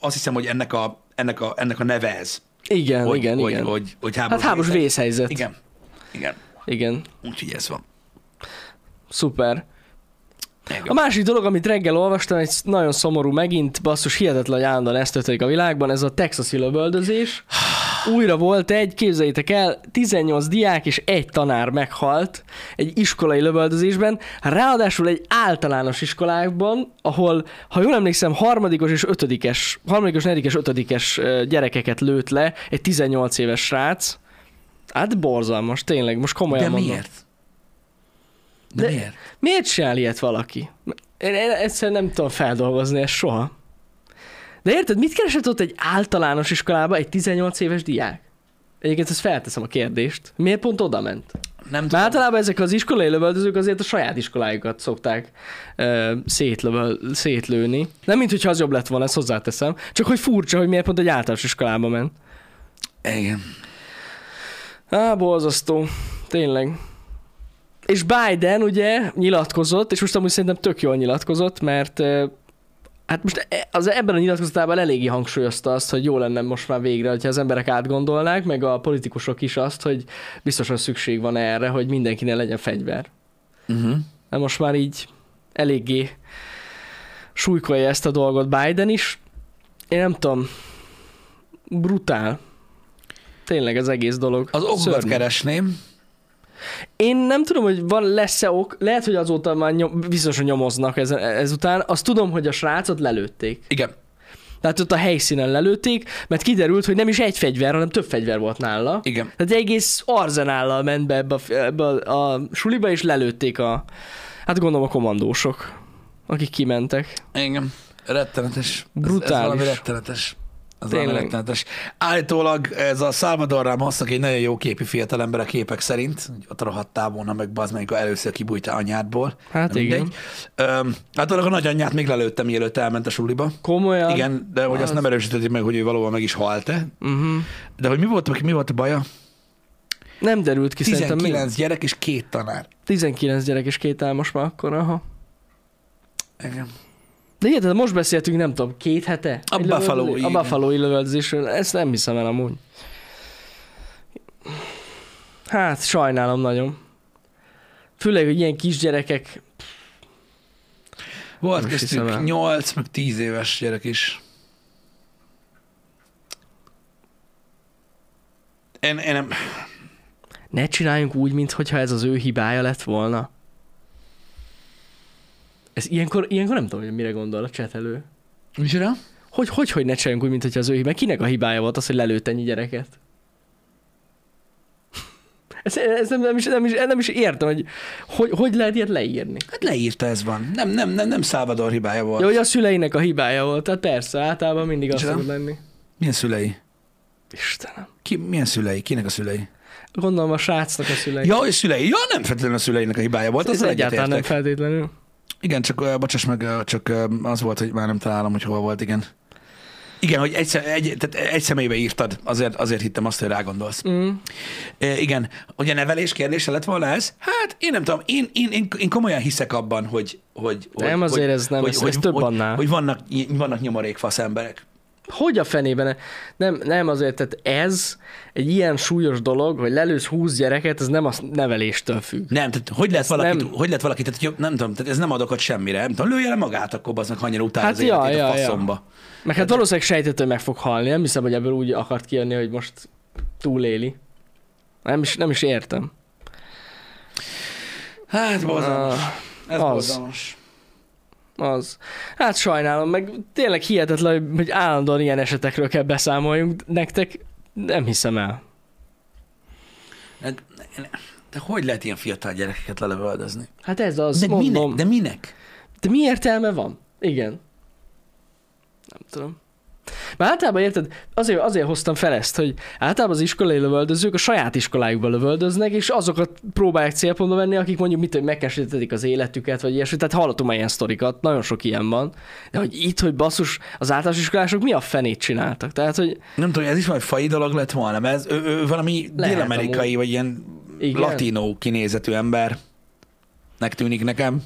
azt hiszem, hogy ennek a, ennek a, ennek a neve ez. igen, Hogy, igen. hogy, igen. Hogy, hogy hát háborús, háborús vészhelyzet. vészhelyzet. Igen. Igen. igen. Úgyhogy ez van. Szuper. A Igen. másik dolog, amit reggel olvastam, egy nagyon szomorú megint, basszus, hihetetlen, hogy állandóan ez történik a világban, ez a texasi lövöldözés. Újra volt egy, képzeljétek el, 18 diák és egy tanár meghalt egy iskolai lövöldözésben, ráadásul egy általános iskolákban, ahol, ha jól emlékszem, harmadikos és ötödikes, harmadikos, negyedikes, ötödikes ö, gyerekeket lőtt le egy 18 éves srác. Hát borzalmas, tényleg, most komolyan De mondom. miért? De, De- De miért? Miért csinál ilyet valaki? Én én egyszerűen nem tudom feldolgozni ezt soha. De érted, mit keresett ott egy általános iskolába egy 18 éves diák? Egyébként ezt felteszem a kérdést. Miért pont oda ment? Nem Mert tudom. általában ezek az iskolai lövöldözők azért a saját iskolájukat szokták ö, szétlövöl, szétlőni. Nem, mint hogyha az jobb lett volna, ezt hozzáteszem. Csak hogy furcsa, hogy miért pont egy általános iskolába ment. Igen. Á, borzasztó. Tényleg. És Biden ugye nyilatkozott, és most amúgy szerintem tök jól nyilatkozott, mert ö, hát most e- az ebben a nyilatkozatában eléggé hangsúlyozta azt, hogy jó lenne most már végre, hogyha az emberek átgondolnák, meg a politikusok is azt, hogy biztosan szükség van erre, hogy mindenkinek legyen fegyver. Uh-huh. De most már így eléggé súlykolja ezt a dolgot Biden is. Én nem tudom, brutál. Tényleg az egész dolog. Az okokat Szörnyű. keresném. Én nem tudom, hogy van lesz-e ok, lehet, hogy azóta már nyom, biztosan nyomoznak ez, ezután. Azt tudom, hogy a srácot lelőtték. Igen. Tehát ott a helyszínen lelőtték, mert kiderült, hogy nem is egy fegyver, hanem több fegyver volt nála. Igen. Tehát egy egész arzenállal ment be ebbe a, ebbe a, a suliba, és lelőtték a, hát gondolom a komandósok, akik kimentek. Igen. Rettenetes. Ez- Ez, Brutális. valami rettenetes. Ez Tényleg. valami rettenetes. Állítólag ez a Salvador Ramosznak egy nagyon jó képi fiatalember a képek szerint, hogy ott rohadtál volna meg bazd, meg, amikor először kibújta anyádból. Hát Na igen. mindegy. Öm, Általában a nagyanyját még lelőtte, mielőtt elment a suliba. Komolyan? Igen, de hogy azt Az- nem erősíteti meg, hogy ő valóban meg is halt-e. Uh-huh. De hogy mi volt, mi volt a baja? Nem derült ki szerintem. mi- 19 gyerek és két tanár. 19 gyerek és két álmos már akkor, aha. Igen. De érted, most beszéltünk, nem tudom, két hete? A Egy Buffalo-i, lövöldözés- igen. A buffalo lövöldözésről. Ezt nem hiszem el amúgy. Hát, sajnálom nagyon. Főleg, hogy ilyen kisgyerekek. Volt Most hiszem köztük el. 8, meg 10 éves gyerek is. Én, én nem, Ne csináljunk úgy, mintha ez az ő hibája lett volna. Ez ilyenkor, ilyenkor nem tudom, hogy mire gondol a csetelő. Micsoda? Hogy, hogy, hogy ne csináljunk úgy, mintha az ő hibája. Kinek a hibája volt az, hogy lelőtt ennyi gyereket? Ez, ez nem, nem, is, nem, is, nem is értem, hogy, hogy hogy lehet ilyet leírni. Hát leírta ez van. Nem, nem, nem, nem Salvador hibája volt. Ja, Jó, hogy a szüleinek a hibája volt, hát persze, általában mindig az Micsoda? szokott lenni. Milyen szülei? Istenem. Ki, milyen szülei? Kinek a szülei? Gondolom a srácnak a szülei. Ja, és szülei. Ja, nem feltétlenül a szüleinek a hibája volt. ez Azzal egyáltalán nem egyetértek. feltétlenül. Igen, csak ö, bocsáss meg, ö, csak ö, az volt, hogy már nem találom, hogy hol volt, igen. Igen, hogy egy, szem- egy, tehát egy személybe írtad, azért, azért hittem azt, hogy rá gondolsz. Mm. E, igen, hogy a nevelés kérdése lett volna ez? Hát én nem tudom, én, én, én, én komolyan hiszek abban, hogy... hogy Nem, hogy, azért hogy, ez nem, ez- ez több hogy, annál. Hogy vannak, vannak nyomorékfasz emberek. Hogy a fenében? ne- Nem, nem azért, tehát ez egy ilyen súlyos dolog, hogy lelősz 20 gyereket, ez nem a neveléstől függ. Nem, tehát hogy lehet valaki, nem. nem. hogy lehet valaki, tehát hogy nem tudom, tehát ez nem ad okot semmire, nem tudom, lője le magát, akkor baznak annyira utálja Hát az ja, életét ja, a ja. faszomba. Meg hát valószínűleg sejtett, hogy meg fog halni. Nem hiszem, hogy ebből úgy akart kijönni, hogy most túléli. Nem is, nem is értem. Hát, borzalmas. Ez Ah, az. borzalmas. Az. Hát sajnálom, meg tényleg hihetetlen, hogy- hogy állandóan ilyen esetekről kell beszámoljunk nektek. Nem hiszem el. Hát, De hogy lehet ilyen fiatal gyerekeket lelövöldözni? Hát ez az, De mondom. minek? De minek? De mi értelme van? Igen. Nem tudom. Már általában érted, azért, azért hoztam fel ezt, hogy általában az iskolai lövöldözők a saját iskolájukba lövöldöznek, és azokat próbálják célpontba venni, akik mondjuk mit, hogy megkesítetik az életüket, vagy ilyesmi. Tehát hallottam már ilyen sztorikat, nagyon sok ilyen van. De hogy itt, hogy basszus, az általános iskolások mi a fenét csináltak? Tehát, hogy Nem tudom, ez is valami fai dolog lett volna, mert ez, ő, ő valami Lehet dél-amerikai, vagy ilyen Igen. Igen. latinó kinézetű embernek tűnik nekem.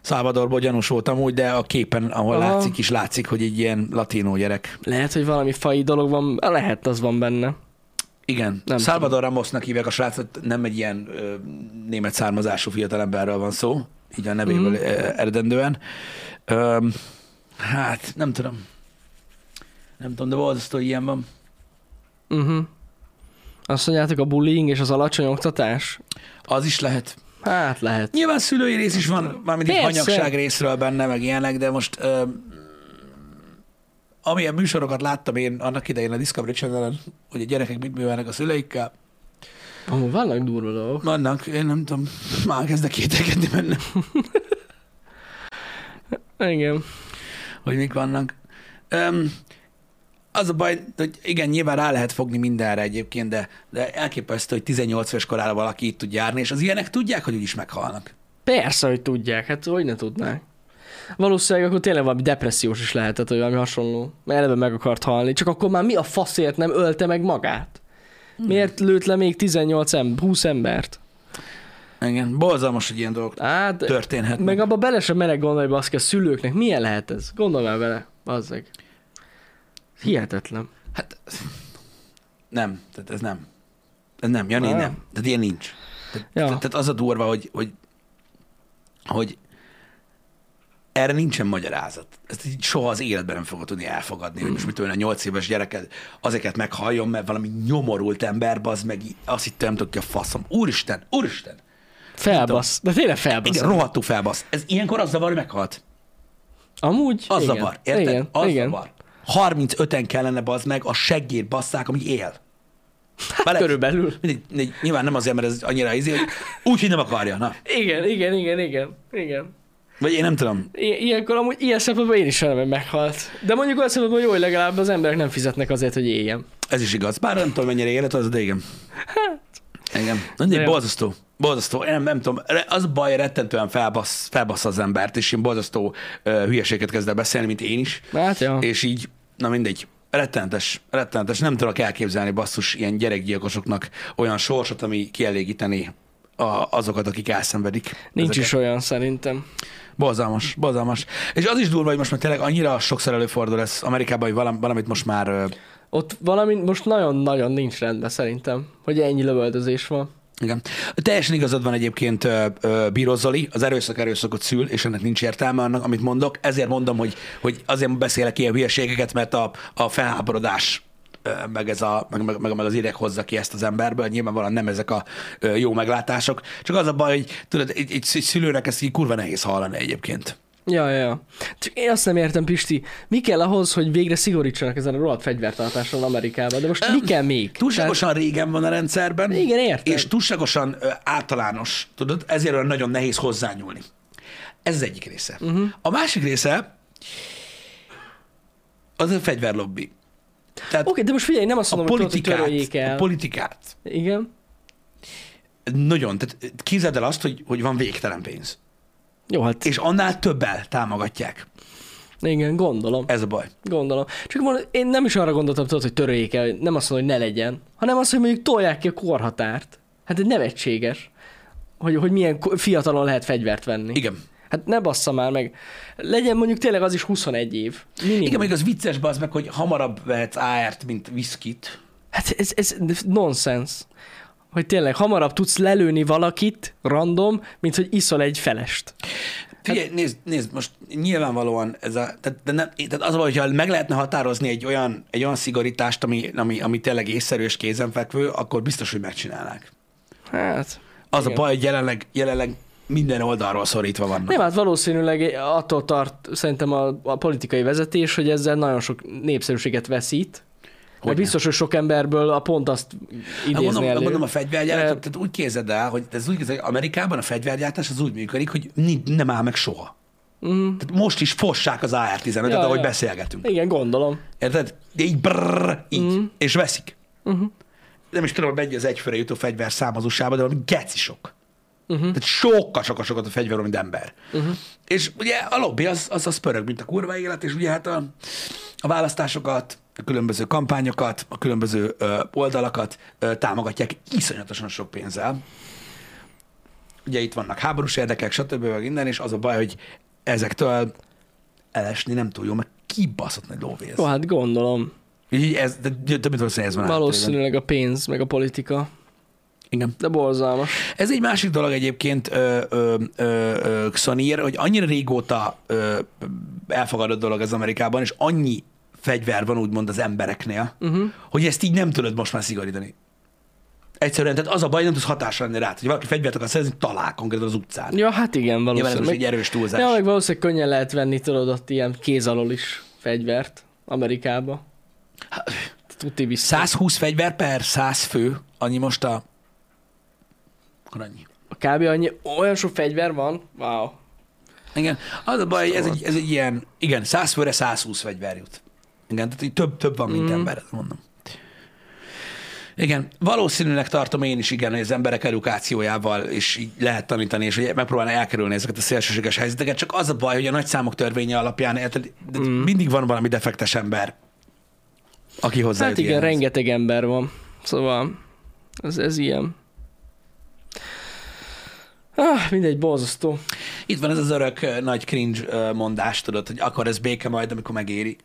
Szálvadorból gyanús voltam úgy, de a képen, ahol Aha. látszik is, látszik, hogy egy ilyen latinó gyerek. lehet, hogy valami fai dolog van, lehet, az van benne. Igen. Nem Nem Salvador Ramosnak hívják a srácot, nem egy ilyen ö, német származású fiatalemberről van szó, így a nevéből Mhm. mm. eredendően. Ö, hát, nem tudom. Nem tudom, de volt az, hogy ilyen van. Uh-huh. Azt mondjátok, a bullying és az alacsony oktatás? Az is lehet. Hát lehet. Nyilván szülői rész is van, mármint itt Persze. hanyagság részről benne, meg ilyenek, de most ö, amilyen műsorokat láttam én annak idején a Discovery channel hogy a gyerekek mit művelnek a szüleikkel, Amúgy vannak durva dolgok. vannak, én nem tudom, már kezdek kételkedni benne. Igen. hogy mik vannak. Öm, az a baj, hogy igen, nyilván rá lehet fogni mindenre egyébként, de, de elképesztő, hogy 18 éves korára valaki itt tud járni, és az ilyenek tudják, hogy úgyis meghalnak. Persze, hogy tudják, hát hogy ne tudnák. Valószínűleg akkor tényleg valami depressziós is lehetett, vagy valami hasonló. Mert eleve meg akart halni, csak akkor már mi a faszért nem ölte meg magát? Miért lőtt le még 18 ember, 20 embert? Igen, borzalmas, hogy ilyen dolgok Hát, történhetnek. meg abba bele sem merek gondolni, baszki, a szülőknek milyen lehet ez? Gondolj már vele, bazzeg. Hihetetlen. Hát, nem, tehát ez nem. Ez nem, Jani, Nem. nem. nem. Tehát ilyen nincs. Tehát, Ja. ja. tehát az a durva, hogy, hogy, hogy erre nincsen magyarázat. Ezt így soha az életben nem fogod tudni elfogadni, hogy most mit tudom én, a nyolc éves gyereked azeket meghalljon, mert valami nyomorult ember, az meg í- azt hittem, nem tudok ki a faszom. Úristen, úristen. Felbasz. De tényleg Igen, felbasz. rohadtul felbasz. Ez ilyenkor az zavar, hogy meghalt. Amúgy? Az igen. zavar, érted? Igen, az igen. zavar. 35-en kellene bazd meg, a seggét basszák, amíg él. Hát, Bele- körülbelül. Mindig, mindig, nyilván nem azért, mert ez annyira izé, hogy úgy, hogy nem akarja. Na. Igen, igen, igen, igen, igen. Vagy én nem tudom. I- ilyenkor amúgy ilyen szempontból én is remélem, hogy meghalt. De mondjuk olyan szempontból jó, hogy legalább az emberek nem fizetnek azért, hogy éljen. Ez is igaz. Bár nem tudom, mennyire élet az, de igen. Hát. Igen. De Mindegy, jó. borzasztó. Borzasztó. Én nem, nem tudom, Re- az a baj, rettentően felbasz, felbasz az embert, és én borzasztó uh, hülyeséget kezd el beszélni, mint én is. Hát jó. És így, na mindegy, rettenetes, rettenetes. Nem tudok elképzelni basszus ilyen gyerekgyilkosoknak olyan sorsot, ami kielégíteni a, azokat, akik elszenvedik. Nincs ezeket. is olyan szerintem. Borzalmas, borzalmas. És az is durva, hogy most már tényleg annyira sokszor előfordul ez Amerikában, hogy valam, valamit most már ö, Ott valami most nagyon-nagyon nincs rendben szerintem, hogy ennyi lövöldözés van. Igen. Teljesen igazad van egyébként ö, ö, Bíró Zoli, az erőszak erőszakot szül, és ennek nincs értelme annak, amit mondok. Ezért mondom, hogy, hogy azért beszélek ilyen hülyeségeket, mert a, a felháborodás ö, meg, ez a, meg, meg, meg, meg az ideg hozza ki ezt az emberből, nyilvánvalóan nem ezek a ö, jó meglátások. Csak az a baj, hogy tudod, egy, egy egy szülőnek ezt így kurva nehéz hallani egyébként. Ja, ja, ja. Csak én azt nem értem, Pisti, mi kell ahhoz, hogy végre szigorítsanak ezen a rohadt fegyvertartáson Amerikában, de most mi kell még? Túlságosan régen van a rendszerben. Igen, értem. És túlságosan ö, általános, tudod, ezért olyan nagyon nehéz hozzányúlni. Ez az egyik része. Mhm. Uh-huh. A másik része az a fegyverlobbi. Tehát Oké, okay, de most figyelj, nem azt a, mondom, hogy tudod, hogy politikát, töröljék a el. politikát. Igen. Nagyon. Tehát képzeld el azt, hogy, hogy van végtelen pénz. Jó, hát És annál többel támogatják. igen, gondolom. Ez a baj. Gondolom. Csak mondom, én nem is arra gondoltam, tudod, hogy töröljék el, nem azt mondom, hogy ne legyen, hanem azt, hogy mondjuk tolják ki a korhatárt. Hát ez nevetséges, hogy, hogy milyen ko- fiatalon lehet fegyvert venni. Igen. Hát ne bassza már meg. Legyen mondjuk tényleg az is 21 év. Minimum. Igen, mondjuk az vicces az meg, hogy hamarabb vehetsz AR-t, mint viszkit. Hát ez, ez nonsens. Hogy tényleg hamarabb tudsz lelőni valakit, random, mint hogy iszol egy felest. Figyelj, hát, nézd, nézd, most nyilvánvalóan ez a, tehát, de nem, tehát az a baj, hogyha meg lehetne határozni egy olyan, egy olyan szigorítást, ami, ami, ami tényleg észszerű és kézenfekvő, akkor biztos, hogy megcsinálnák. Hát... Az Igen. a baj, hogy jelenleg, jelenleg minden oldalról szorítva vannak. Nem, hát valószínűleg attól tart szerintem a, a politikai vezetés, hogy ezzel nagyon sok népszerűséget veszít. Hogy Hogyne. biztos, hogy sok emberből a pont azt Hát idézni mondom, elő. mondom, a fegyvergyártás, De- tehát úgy képzeld el, hogy ez úgy képzeld, hogy Amerikában a fegyvergyártás az úgy működik, hogy ni- nem áll meg soha. Mm. Tehát most is fossák az AR-15-et, Mhm. Ja, ahogy ja. beszélgetünk. Igen, gondolom. Érted? De így brrr, így, mm. és veszik. Uh-huh. Nem is tudom, hogy mennyi az egyfőre jutó fegyver szám az USA-ban, de valami geci sok. Uh-huh. Tehát sokkal, sokkal, sokat a fegyver, mint ember. Uh-huh. És ugye a lobby az, az, az pörög, mint a kurva élet, és ugye hát a, a választásokat, a különböző kampányokat, a különböző ö, oldalakat ö, támogatják iszonyatosan sok pénzzel. Ugye itt vannak háborús érdekek, stb. meg minden, és az a baj, hogy ezektől elesni nem túl jó, mert kibaszott nagy lóvész. Jó, hát gondolom. Így ez, de több mint valószínűleg ez van háttérben. Valószínűleg a pénz, meg a politika. Igen. De borzalmas. Ez egy másik dolog egyébként, ö, ö, ö, ö, Xanír, hogy annyira régóta ö, elfogadott dolog az Amerikában, és annyi fegyver van úgymond az embereknél, Mhm. uh-huh. hogy ezt így nem tudod most már szigorítani. Egyszerűen, tehát az a baj, nem tudsz hatásra lenni rá. Hogy valaki fegyvert akar szerezni, talál konkrétan az utcán. Ja, hát igen, Nyilván ez valószínűleg. most egy erős túlzás. ja, meg valószínűleg könnyen lehet venni, tudod, ott ilyen kéz alól is fegyvert Amerikába. Hát, Tuti vissza. 120 fegyver per 100 fő, annyi most a... Akkor annyi. Kb. annyi, olyan sok fegyver van? Wow. Igen, az a baj, hogy ez egy, ez egy ilyen, igen, 100 főre 120 fegyver jut. Igen, tehát így több, több van, mint mm. ember, ezt mondom. Igen, valószínűleg tartom én is, igen, hogy az emberek edukációjával is így lehet tanítani, és hogy megpróbálni elkerülni ezeket a szélsőséges helyzeteket, csak az a baj, hogy a nagyszámok törvénye alapján érted, de Mm. mindig van valami defektes ember, aki hozzá. Hát igen, rengeteg ember van. Szóval ez, ez ilyen. Ah, mindegy, borzasztó. Itt van ez az örök ö, nagy cringe ö, mondás, tudod, hogy akkor ez béke majd, amikor megéri.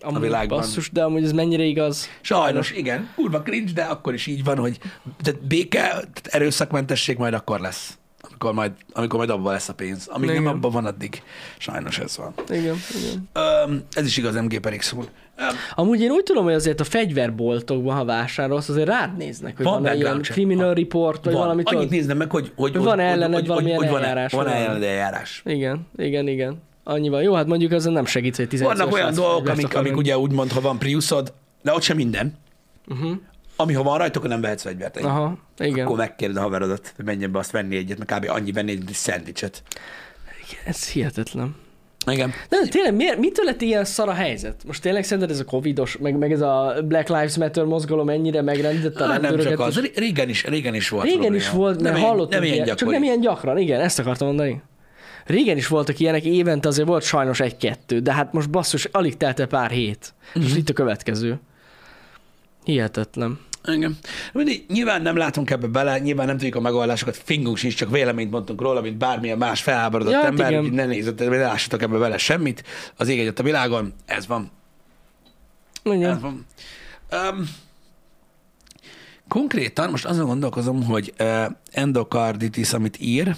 Amúgy világban. Basszus, de amúgy ez mennyire igaz. Sajnos, igen. Kurva cringe, de akkor is így van, hogy tehát béke, tehát erőszakmentesség majd akkor lesz. Amikor majd, amikor majd abban lesz a pénz. Amíg igen. Igen. nem abban van, addig. Sajnos ez van. Igen, igen. Öm, ez is igaz MG per X. Öm, Amúgy én úgy tudom, hogy azért a fegyverboltokban, ha vásárolsz, azért rád néznek, hogy Van van, van ilyen background check. criminal report, vagy van. valami Annyit tudod. néznem meg, hogy, hogy, Van hogy, ellened hogy, hogy, valamilyen hogy van, eljárás, van valami. ellened eljárás. Igen, igen, igen. Annyi van. Jó, hát mondjuk az nem segít, hogy 18 Vannak olyan dolgok, amik, amik ugye úgymond, ha van Priusod, de ott sem minden. Uh-huh. Ami ha van rajta, akkor nem vehetsz fegyvert. Ennyi. Aha, igen. Akkor megkérdez a haverodat, hogy menjen be azt venni egyet, mert kb. annyi venni egy szendvicset. Ez hihetetlen. Igen. De tényleg, miért, mitől lett ilyen szar a helyzet? Most tényleg szerinted ez a covidos, meg, meg ez a Black Lives Matter mozgalom ennyire megrendítette a Á, Hát nem rendőröket? csak az, Ré- régen is, régen is volt Régen probléma. is volt, mert ilyen- hallottam nem ilyen ilyen, csak gyakori. nem ilyen gyakran, igen, ezt akartam mondani. Régen is voltak ilyenek, évente azért volt sajnos egy-kettő, de hát most basszus, alig telt el pár hét. Most Mhm. itt a következő. Hihetetlen. Igen. Mindig, nyilván nem látunk ebbe bele, nyilván nem tudjuk a megoldásokat, fingunk sincs, csak véleményt mondtunk róla, mint bármilyen más felháborodott Ja, hát ember, igen. úgyhogy ne nézzetek, ne lássatok ebbe bele semmit. Az ég egyet a világon, ez van. Mondja. Ez van. Um, konkrétan most azon gondolkozom, hogy uh, endokarditis, amit ír,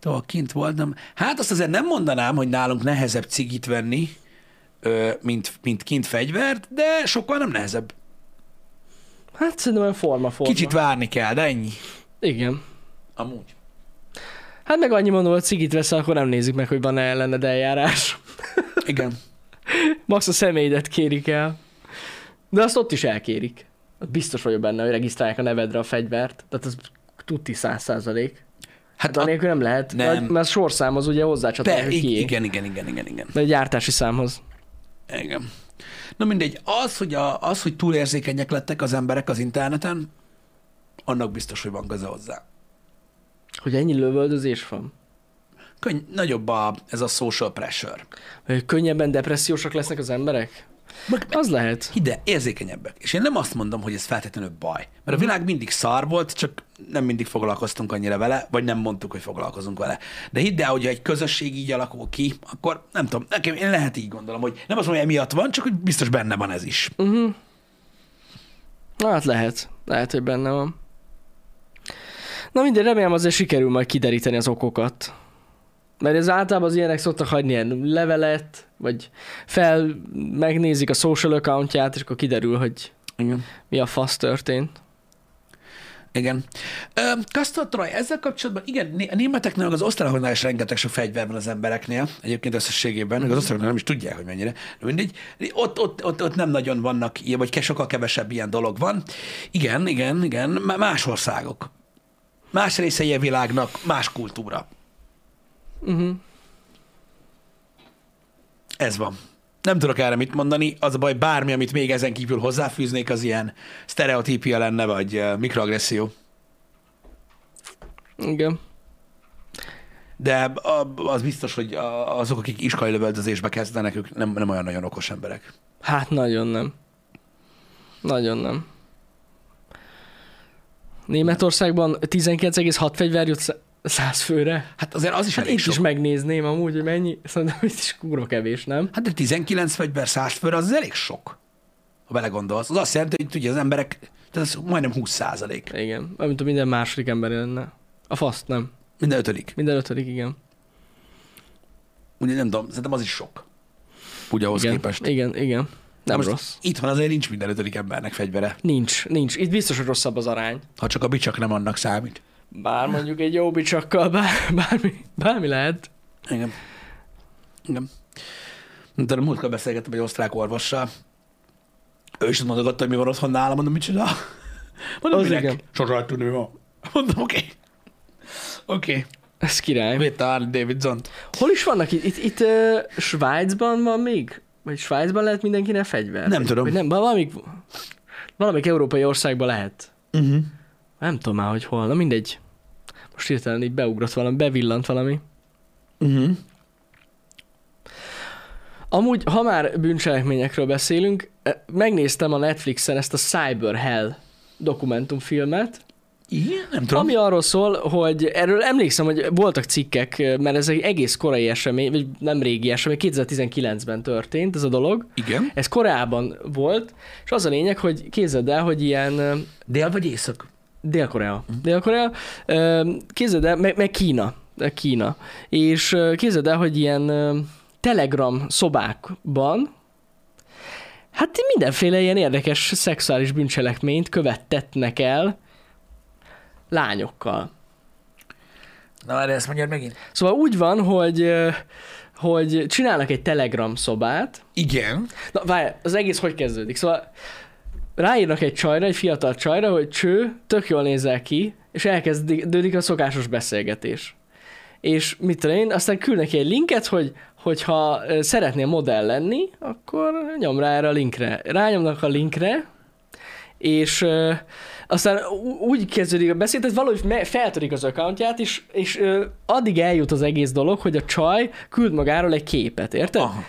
Tovább kint voltam. Hát azt azért nem mondanám, hogy nálunk nehezebb cigit venni, ö, mint, mint kint fegyvert, de sokkal nem nehezebb. Hát szerintem olyan forma, forma. Kicsit várni kell, de ennyi. Igen. Amúgy. Hát meg annyi mondom, hogy cigit veszel, akkor nem nézik meg, hogy van-e ellened eljárás. Igen. Hát Max a személyedet kérik el. De azt ott is elkérik. Ott Biztos vagyok benne, hogy regisztrálják a nevedre a fegyvert. Tehát az tuti száz százalék. Hát Hát anélkül nem lehet, nem. nem. mert a sorszámhoz ugye hozzácsatolják, Be, hogy kié. igen, igen, igen, igen, igen. De a gyártási számhoz. Igen. Na mindegy, az, hogy, a, az, hogy túlérzékenyek lettek az emberek az interneten, annak biztos, hogy van köze hozzá. Hogy ennyi lövöldözés van. Könny, nagyobb a, ez a social pressure. Hogy könnyebben depressziósak lesznek az emberek? Meg, Az lehet. Hide, érzékenyebbek. És én nem azt mondom, hogy ez feltétlenül baj. Mert a világ mindig szar volt, csak nem mindig foglalkoztunk annyira vele, vagy nem mondtuk, hogy foglalkozunk vele. De hidd el, hogyha egy közösség így alakul ki, akkor nem tudom, nekem én lehet így gondolom, hogy nem azt mondom, hogy emiatt van, csak hogy biztos benne van ez is. Mhm. Na hát lehet. Lehet, hogy benne van. Na mindegy, remélem azért sikerül majd kideríteni az okokat. Mert ez általában az ilyenek szoktak hagyni ilyen levelet, vagy fel megnézik a social accountját, és akkor kiderül, hogy Igen. mi a fasz történt. Igen. Ö, Kastor Troy, ezzel kapcsolatban, igen, né- a németeknél, meg az osztrákoknál is rengeteg sok fegyver van az embereknél, egyébként összességében, meg az osztrákoknál nem is tudják, hogy mennyire, de mindegy. Ott, ott, ott, ott nem nagyon vannak ilyen, vagy ke- sokkal kevesebb ilyen dolog van. Igen, igen, igen, Má- más országok. Más részei a világnak, más kultúra. Uh-huh. Ez van. Nem tudok erre mit mondani, az a baj, bármi, amit még ezen kívül hozzáfűznék, az ilyen sztereotípia lenne, vagy ö, mikroagresszió. Igen. De a- az biztos, hogy a- azok, akik iskolai lövöldözésbe kezdenek, ők nem, nem olyan nagyon okos emberek. Hát nagyon nem. Nagyon nem. Németországban 19,6 fegyver jut szá- 100 főre. Hát azért az is Hát elég itt sok. is megnézném amúgy, hogy mennyi. Szerintem itt is kúra kevés, nem? Hát de 19 fegyver 100 főre, az, az elég sok, ha belegondolsz. Az azt jelenti, hogy ugye az emberek, tehát az majdnem 20 százalék. Igen. Olyan, mint a minden második ember lenne. A faszt nem. Minden ötödik. Minden ötödik, igen. Ugye nem tudom, szerintem az is sok. Ugye ahhoz igen. képest. Igen, igen. De Nem most... rossz. Itthon azért nincs minden ötödik embernek fegyvere, Nincs, nincs. Itt biztos, hogy rosszabb az arány. ha csak a bicsak nem annak számít. Bár mondjuk egy jó bicsakkal, bár, bármi, bármi lehet. Igen. Igen. De a múltkor beszélgettem egy osztrák orvossal. Ő is mondogatta, hogy mi van otthon nálam, mondom, micsoda. Mondom, Az minek? igen. Sose lehet tudni, mi van. Mondom, oké. Oké. Ez király. Vette Harley davidson Hol is vannak itt? Itt, itt uh, Svájcban van még? Vagy Svájcban lehet mindenkinek fegyver? Nem Vagy- tudom. Vagy nem, valamik, valamik európai országban lehet. uh-huh. Nem tudom már, hogy hol. Na mindegy. Most hirtelen így beugrott valami, bevillant valami. Uh-huh. Amúgy, ha már bűncselekményekről beszélünk, eh, megnéztem a Netflixen ezt a Cyber Hell dokumentumfilmet, Igen, nem tudom. Tudom. ami arról szól, hogy erről emlékszem, hogy voltak cikkek, eh, mert ez egy egész korai esemény, vagy nem régi esemény, 2019-ben történt ez a dolog, Igen. Ez Koreában volt, és az a lényeg, hogy képzeld el, hogy ilyen eh, ö, Dél vagy észak? Dél-Korea. Dél-Korea, ö, képzeld el, meg, meg Kína. ö, Kína. És ö, képzeld el, hogy ilyen ö, Telegram szobákban hát mindenféle ilyen érdekes szexuális bűncselekményt követtetnek el lányokkal. Na, erre ezt mondjad megint. Szóval úgy van, hogy, ö, hogy csinálnak egy Telegram szobát, Igen. Na, várj, az egész hogy kezdődik? Szóval ráírnak egy csajra, egy fiatal csajra, hogy cső, tök jól nézel ki, és elkezdődik a szokásos beszélgetés. és mit tudom én, aztán küld neki egy linket, hogy hogyha ö, szeretnél modell lenni, akkor nyom rá erre a linkre. Rányomnak a linkre, és ö, aztán ú- úgy kezdődik a beszéd, tehát valahogy me- feltörik az accountját, és, és ö, addig eljut az egész dolog, hogy a csaj küld magáról egy képet, érted? Aha.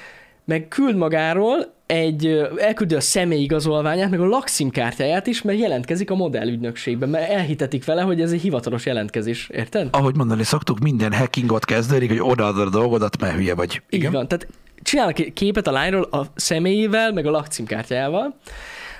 meg küld magáról egy, ö, elküldi a személyigazolványát, meg a lakszimkártyáját is, mert jelentkezik a modellügynökségben, mert elhitetik vele, hogy ez egy hivatalos jelentkezés, érted? Ahogy mondani szoktuk, minden hackingot kezdődik, hogy odaadod a dolgodat, mert hülye vagy. igen. Így van, tehát csinálnak egy képet a lányról a személyével, meg a lakcímkártyájával,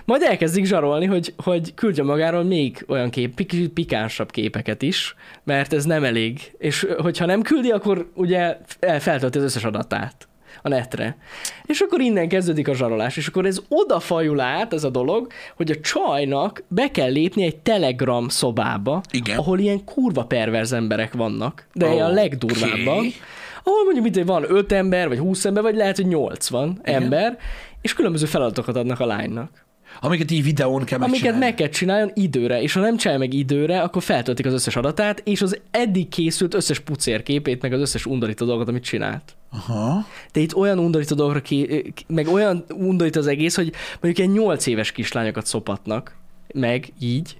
majd elkezdik zsarolni, hogy, hogy küldje magáról még olyan kép, pik- kicsit pikánsabb képeket is, mert ez nem elég. És hogyha nem küldi, akkor ugye el- feltölti az összes adatát a netre. És akkor innen kezdődik a zsarolás, és akkor ez odafajul át ez a dolog, hogy a csajnak be kell lépni egy telegram szobába, Igen. ahol ilyen kurva perverz emberek vannak, de oh, a Oké. legdurvábban, ahol mondjuk mint, hogy van 5 ember, vagy 20 ember, vagy lehet, hogy 80 Igen. ember, és különböző feladatokat adnak a lánynak. Amiket így videón kell Amiket megcsinálni. meg kell csináljon időre, és ha nem csinálja meg időre, akkor feltöltik az összes adatát, és az eddig készült összes pucérképét, meg az összes undorító dolgot, amit csinált. Aha. De itt olyan undorító dolgokra ki, meg olyan undorít az egész, hogy mondjuk egy 8 éves kislányokat szopatnak, meg így,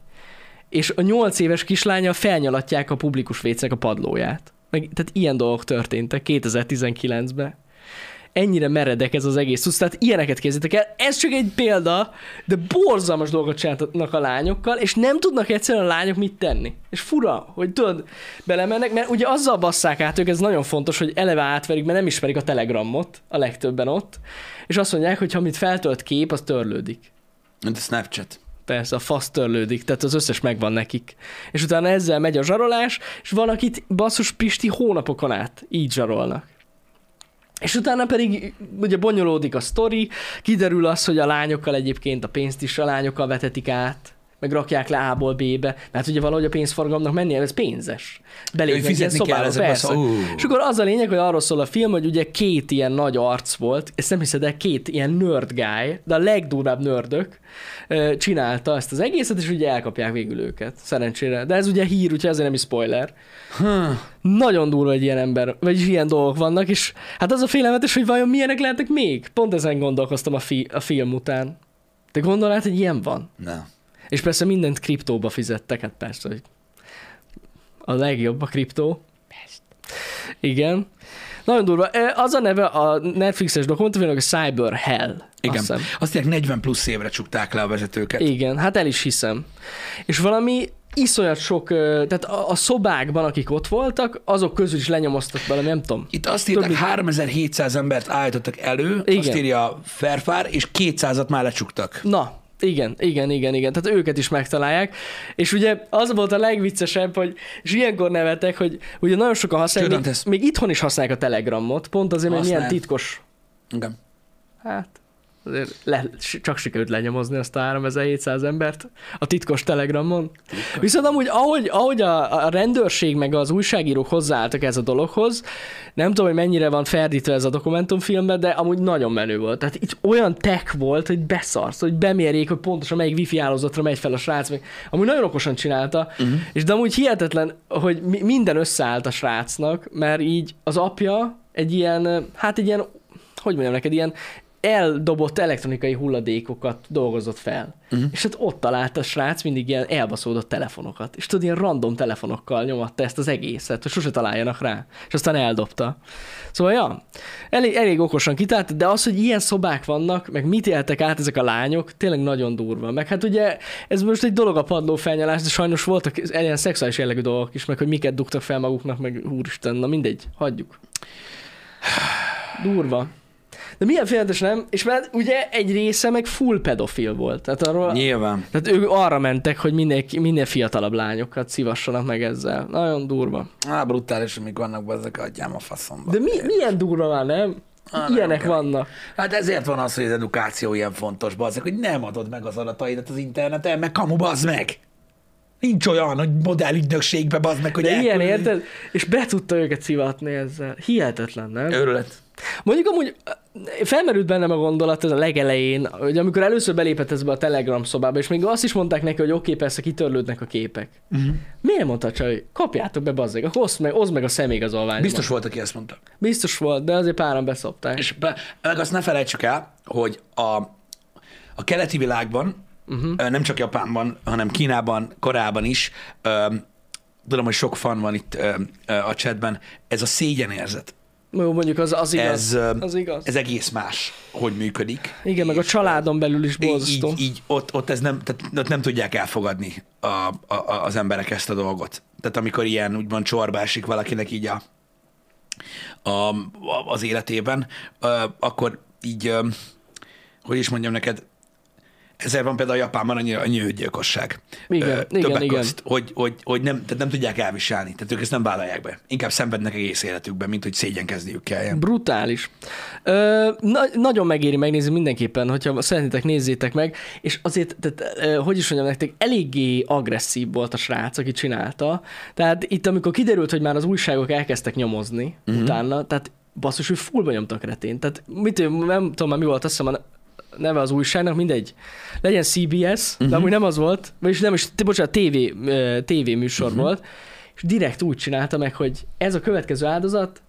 és a 8 éves kislánya felnyalatják a publikus vécnek a padlóját. Meg, tehát ilyen dolgok történtek 2019-ben. Ennyire meredek ez az egész cucc, tehát ilyeneket készítek el. Ez csak egy példa, de borzalmas dolgot csinálnak a lányokkal, és nem tudnak egyszerűen a lányok mit tenni. És fura, hogy tudod, belemennek, mert ugye azzal basszák át ők, ez nagyon fontos, hogy eleve átverik, mert nem ismerik a telegramot, a legtöbben ott, és azt mondják, hogy ha mit feltölt kép, az törlődik. Mint a Snapchat. Persze, a fasz törlődik, tehát az összes megvan nekik. És utána ezzel megy a zsarolás, és van, akit basszus Pisti hónapokon át így zsarolnak. És utána pedig ugye bonyolódik a sztori, kiderül az, hogy a lányokkal egyébként a pénzt is a lányokkal vetetik át, meg rakják le A-ból B-be, mert ugye valahogy a pénzforgalomnak mennie, ez pénzes. Belépnek Fizetni ilyen kell szobába, ezekbe a persze. szó- Ú. És akkor az a lényeg, hogy arról szól a film, hogy ugye két ilyen nagy arc volt, ezt nem hiszed el, két ilyen nerd guy, de a legdurvább nördök ö, csinálta ezt az egészet, és ugye elkapják végül őket, szerencsére. De ez ugye hír, úgyhogy ezért nem is spoiler. Nagyon durva, hogy ilyen ember, vagy ilyen dolgok vannak, és hát az a félelmetes, hogy vajon milyenek lehetnek még? Pont ezen gondolkoztam a, fi- a film után. Te gondolnád, hogy ilyen van? Na. És persze mindent kriptóba fizettek, hát persze, hogy a legjobb a kriptó. Igen. Nagyon durva. Ö, Az a neve a Netflixes dokumentumfilmnek, a Cyber Hell. Igen. Azt hiszem. Azt mondják, 40 plusz évre csukták le a vezetőket. Igen, hát el is hiszem. És valami iszonyat sok, ö, tehát a, a szobákban, akik ott voltak, azok közül is lenyomoztak bele, nem tudom. Itt azt írták, Több mint- 3700 embert állítottak elő, Igen. azt Igen. írja Ferfár, és 200-at már lecsuktak. Na, igen, igen, igen, igen. Tehát őket is megtalálják. És ugye az volt a legviccesebb, hogy és ilyenkor nevetek, hogy ugye nagyon sokan használják, még, Csodálatos. még itthon is használják a Telegramot, pont azért, mert milyen Használják. titkos Igen. Hát, azért le, s- csak sikerült lenyomozni azt a 3700 embert a titkos telegramon. Viszont amúgy, ahogy, ahogy a, a rendőrség meg az újságírók hozzáálltak ez a dologhoz, nem tudom, hogy mennyire van ferdítve ez a dokumentumfilmben, de amúgy nagyon menő volt. Tehát itt olyan tech volt, hogy beszarsz, hogy bemérjék, hogy pontosan melyik wifi hálózatra megy fel a srác. Még- Amúgy nagyon okosan csinálta, uh-huh. és de amúgy hihetetlen, hogy mi, minden összeállt a srácnak, mert így az apja egy ilyen, hát egy ilyen hogy mondjam neked, ilyen eldobott elektronikai hulladékokat dolgozott fel. Uh-huh. És hát ott talált a srác mindig ilyen elbaszódott telefonokat. És tudod, ilyen random telefonokkal nyomatta ezt az egészet, hogy sose találjanak rá. És aztán eldobta. Szóval, ja, elég, elég okosan kitált, de az, hogy ilyen szobák vannak, meg mit éltek át ezek a lányok, tényleg nagyon durva. Meg hát ugye ez most egy dolog a padló felnyalás, de sajnos voltak ilyen szexuális jellegű dolgok is, meg hogy miket dugtak fel maguknak, meg úristen, na mindegy, hagyjuk. Durva. De milyen félelmetes nem? És mert ugye egy része meg full pedofil volt. Tehát, arról, Nyilván. tehát ők arra mentek, hogy minél, minél fiatalabb lányokat szívassanak meg ezzel. Nagyon durva. Á, brutális, amik vannak be, ezek adjám a faszomba. De mi, milyen durva már, nem? Á, nagyon Ilyenek kemény. vannak. Hát ezért van az, hogy az edukáció ilyen fontos, bazzek, hogy nem adod meg az adataidat az interneten, meg kamu, bazd meg! Nincs olyan, hogy modellügynökségbe bazd meg, hogy De ilyen elküldi. érted? És be tudta őket szivatni ezzel. Hihetetlen, nem? Őrület. Mondjuk amúgy ö, felmerült bennem a gondolat ez a legelején, hogy amikor először belépett ezbe a Telegram szobába, és még azt is mondták neki, hogy oké, okay, persze kitörlődnek a képek. Mhm. Uh-huh. Miért mondta csak, hogy kapjátok be bazzeg, akkor oszd meg, oszd meg a személyigazolványomat. Biztos volt, aki ezt mondta. Biztos volt, de azért páran beszopták. És be, meg azt ne felejtsük el, hogy a, a keleti világban, Mhm. uh-huh. nem csak Japánban, hanem Kínában, Koreában is, öm, tudom, hogy sok fan van itt öm, ö, a chatben, ez a szégyenérzet. Jó, mondjuk az, az igaz. Ez, öm, az igaz. ez egész más, hogy működik. Igen, meg a családon belül is Így, borzasztó. így, így ott, ott, ez nem, tehát, ott nem tudják elfogadni a, a, a, az emberek ezt a dolgot. Tehát amikor ilyen úgymond csorbásik valakinek így a, a, a- az életében, ö, akkor így, ö, hogy is mondjam neked, ezért van például Japánban annyi, annyi őgyilkosság. Igen, igen, többek igen. Közt, hogy, hogy, hogy nem, tehát nem tudják elviselni, tehát ők ezt nem vállalják be. Inkább szenvednek egész életükben, mint hogy szégyenkezniük kelljen. Brutális. Ö, na, nagyon megéri megnézni mindenképpen, hogyha szeretitek, nézzétek meg, és azért, tehát, ö, hogy is mondjam nektek, eléggé agresszív volt a srác, aki csinálta. Tehát itt, amikor kiderült, hogy már az újságok elkezdtek nyomozni uh-huh. utána, tehát basszus, ő fullba nyomtak retén. Tehát mit, nem tudom már mi volt, azt hiszem a neve az újságnak, mindegy. Legyen CBS, uh-huh. de amúgy nem az volt, vagyis nem is, t- bocsánat, TV, ö, TV műsor uh-huh. volt, és direkt úgy csinálta meg, hogy ez a következő áldozat,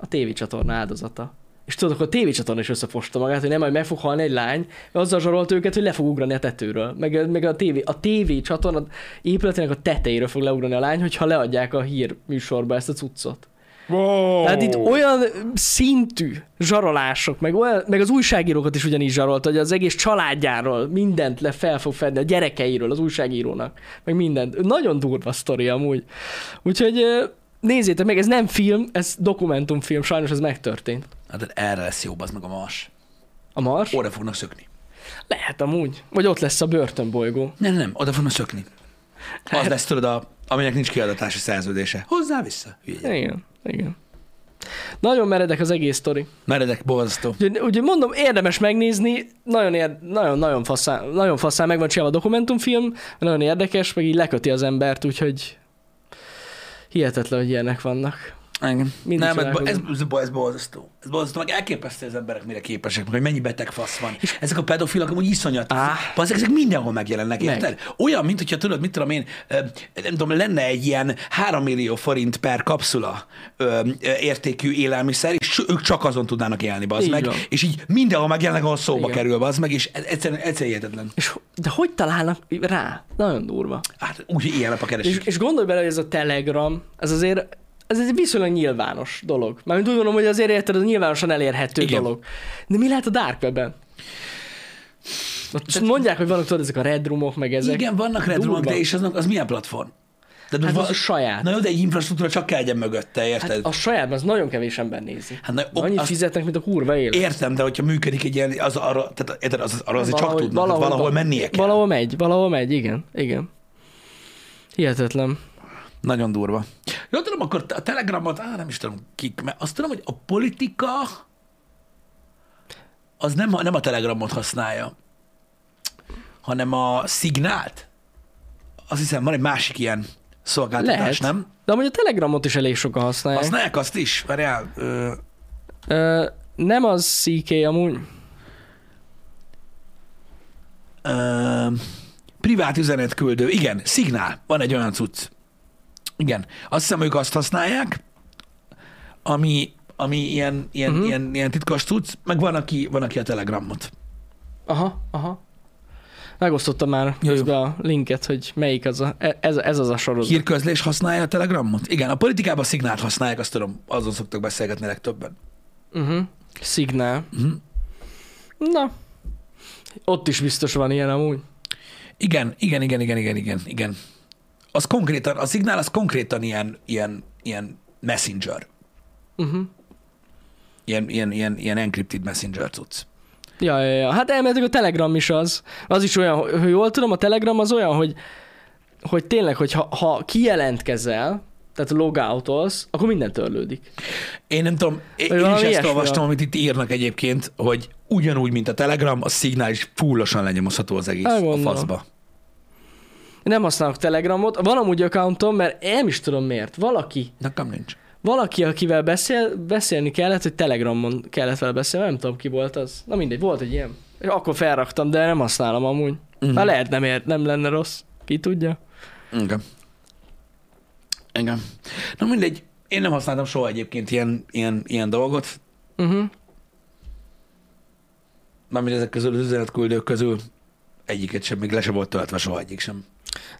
a tévécsatorna áldozata. És tudod, akkor a tévécsatorna is összefosta magát, hogy nem, majd meg fog halni egy lány, mert azzal zsarolt őket, hogy le fog ugrani a tetőről. Meg, meg a, tévé, a tévécsatorna épületének a tetejéről fog leugrani a lány, hogyha leadják a hír műsorba ezt a cuccot. Wow. Tehát itt olyan szintű zsarolások, meg, olyan, meg az újságírókat is ugyanígy zsarolt, hogy az egész családjáról mindent le fel fog fedni, a gyerekeiről, az újságírónak, meg mindent. Nagyon durva sztori amúgy. Úgyhogy ö, nézzétek meg, ez nem film, ez dokumentumfilm, sajnos ez megtörtént. Hát erre lesz jobb az meg a mas. A Mars? Oda fognak szökni. Lehet amúgy. Vagy ott lesz a börtönbolygó. Nem, nem, oda fognak szökni. Hát- Az lesz, tudod, a, aminek nincs kiadatási szerződése. Hozzá-vissza. hülye. Igen, igen. Nagyon meredek az egész sztori. Meredek, borzasztó. Úgyhogy, úgyhogy mondom, érdemes megnézni, nagyon, ér, nagyon, nagyon, faszán, nagyon faszán meg van csinálva a dokumentumfilm, nagyon érdekes, meg így leköti az embert, úgyhogy hihetetlen, hogy ilyenek vannak. Engem. Mindig Nem, ez, bo- ez, csodálkozom. ez, bo- ez, borzasztó. Ez borzasztó, meg elképesztő az emberek mire képesek, meg hogy mennyi beteg fasz van. Ezek a pedofilok amúgy iszonyat. Á. Bazzik, ezek mindenhol megjelennek, Meg. érted? Olyan, mint hogyha tudod, mit tudom én, ö, nem tudom, lenne egy ilyen 3 millió forint per kapszula ö, ö, értékű élelmiszer, és ők csak azon tudnának élni, bazd Így meg. van. És így mindenhol megjelennek, ahol szóba Igen. kerül, bazd meg, és ez egyszerűen, egyszerűen hihetetlen. És, ho- de hogy találnak rá? Nagyon durva. Hát úgy, hogy ilyen nap a keresés. És, és gondolj bele, hogy ez a Telegram, ez azért ez egy viszonylag nyilvános dolog. Mármint úgy gondolom, hogy azért érted, ez nyilvánosan elérhető Igen. Igen. dolog. De mi lehet a Dark Web-en? Ott mondják, hogy vannak tudod, ezek a Red Roomok, meg ezek. Igen, vannak Red Roomok, Durva. de és aznak, az milyen platform? De Hát az a saját. Na jó, de egy infrastruktúra csak kell legyen mögötte, érted? Hát Hát a saját, az nagyon kevés ember nézi. Hát na, ok, ok, Annyit azt- fizetnek, mint a kurva él. Értem, de hogyha működik egy ilyen, az arra, tehát, érted, az, az, arra azért csak tudnak, valahol, valahol mennie kell. Valahol megy, valahol megy, igen, igen. Hihetetlen. Nagyon durva. Jó, tudom, akkor a Telegramot, á, nem is tudom kik, mert azt tudom, hogy a politika az nem, a- nem a Telegramot használja, hanem a Szignált. Azt hiszem, van egy másik ilyen szolgáltatás, Lehet. Hát nem? De amúgy a Telegramot is elég sokan használják. Aztán... Használják azt is, várjál. Ö, Ö, nem az CK amúgy. Ö, privát üzenet küldő. Igen, szignál. Van egy olyan cucc. Igen. Azt hiszem, ők azt használják, ami, ami ilyen, ilyen, uh-huh. ilyen, ilyen titkos cucc, meg van aki, van, aki a telegramot. Aha, aha. Megosztottam már jó. közben a linket, hogy melyik az a, e- ez, ez az a sorozat. Hír... Hírközlés használja a telegramot? Igen, a politikában szignált használják, azt tudom, azon szoktak beszélgetni legtöbben. Uh-huh. Szignál. Mhm. Na. Ott is biztos van ilyen amúgy. Igen, igen, igen, igen, igen, igen, igen. Az konkrétan, a szignál az konkrétan ilyen, ilyen, ilyen messenger. Uh-huh. Ilyen, ilyen, ilyen, ilyen encrypted messenger cucc. Ja, ja, ja. Hát elméletileg a Telegram is az. Az is olyan, hogy ha jól tudom, a Telegram az olyan, hogy, hogy tényleg, hogy ha, ha kijelentkezel, tehát logoutolsz, akkor minden törlődik. Én nem tudom, én, Vagy én is valami ezt ilyesmi olvastam, van. amit itt írnak egyébként, hogy ugyanúgy, mint a Telegram, a szignál is fullosan lenyomozható az egész a Elgondolom. faszba. Én nem használok Telegramot. Van amúgy accountom, mert én nem is tudom miért. Valaki, Nekem nincs. valaki, akivel beszél, beszélni kellett, hogy Telegramon kellett vele beszélni, nem tudom ki volt az. Na mindegy, volt egy ilyen. És akkor felraktam, de nem használom amúgy. Uh-huh. Na lehet nem, ért, nem lenne rossz. Ki tudja? Igen. Igen. Na mindegy, én nem használtam soha egyébként ilyen, ilyen, ilyen dolgot, Uh-huh. mármint ezek közül az üzenetküldők közül egyiket sem, még le sem volt töltve soha egyik sem.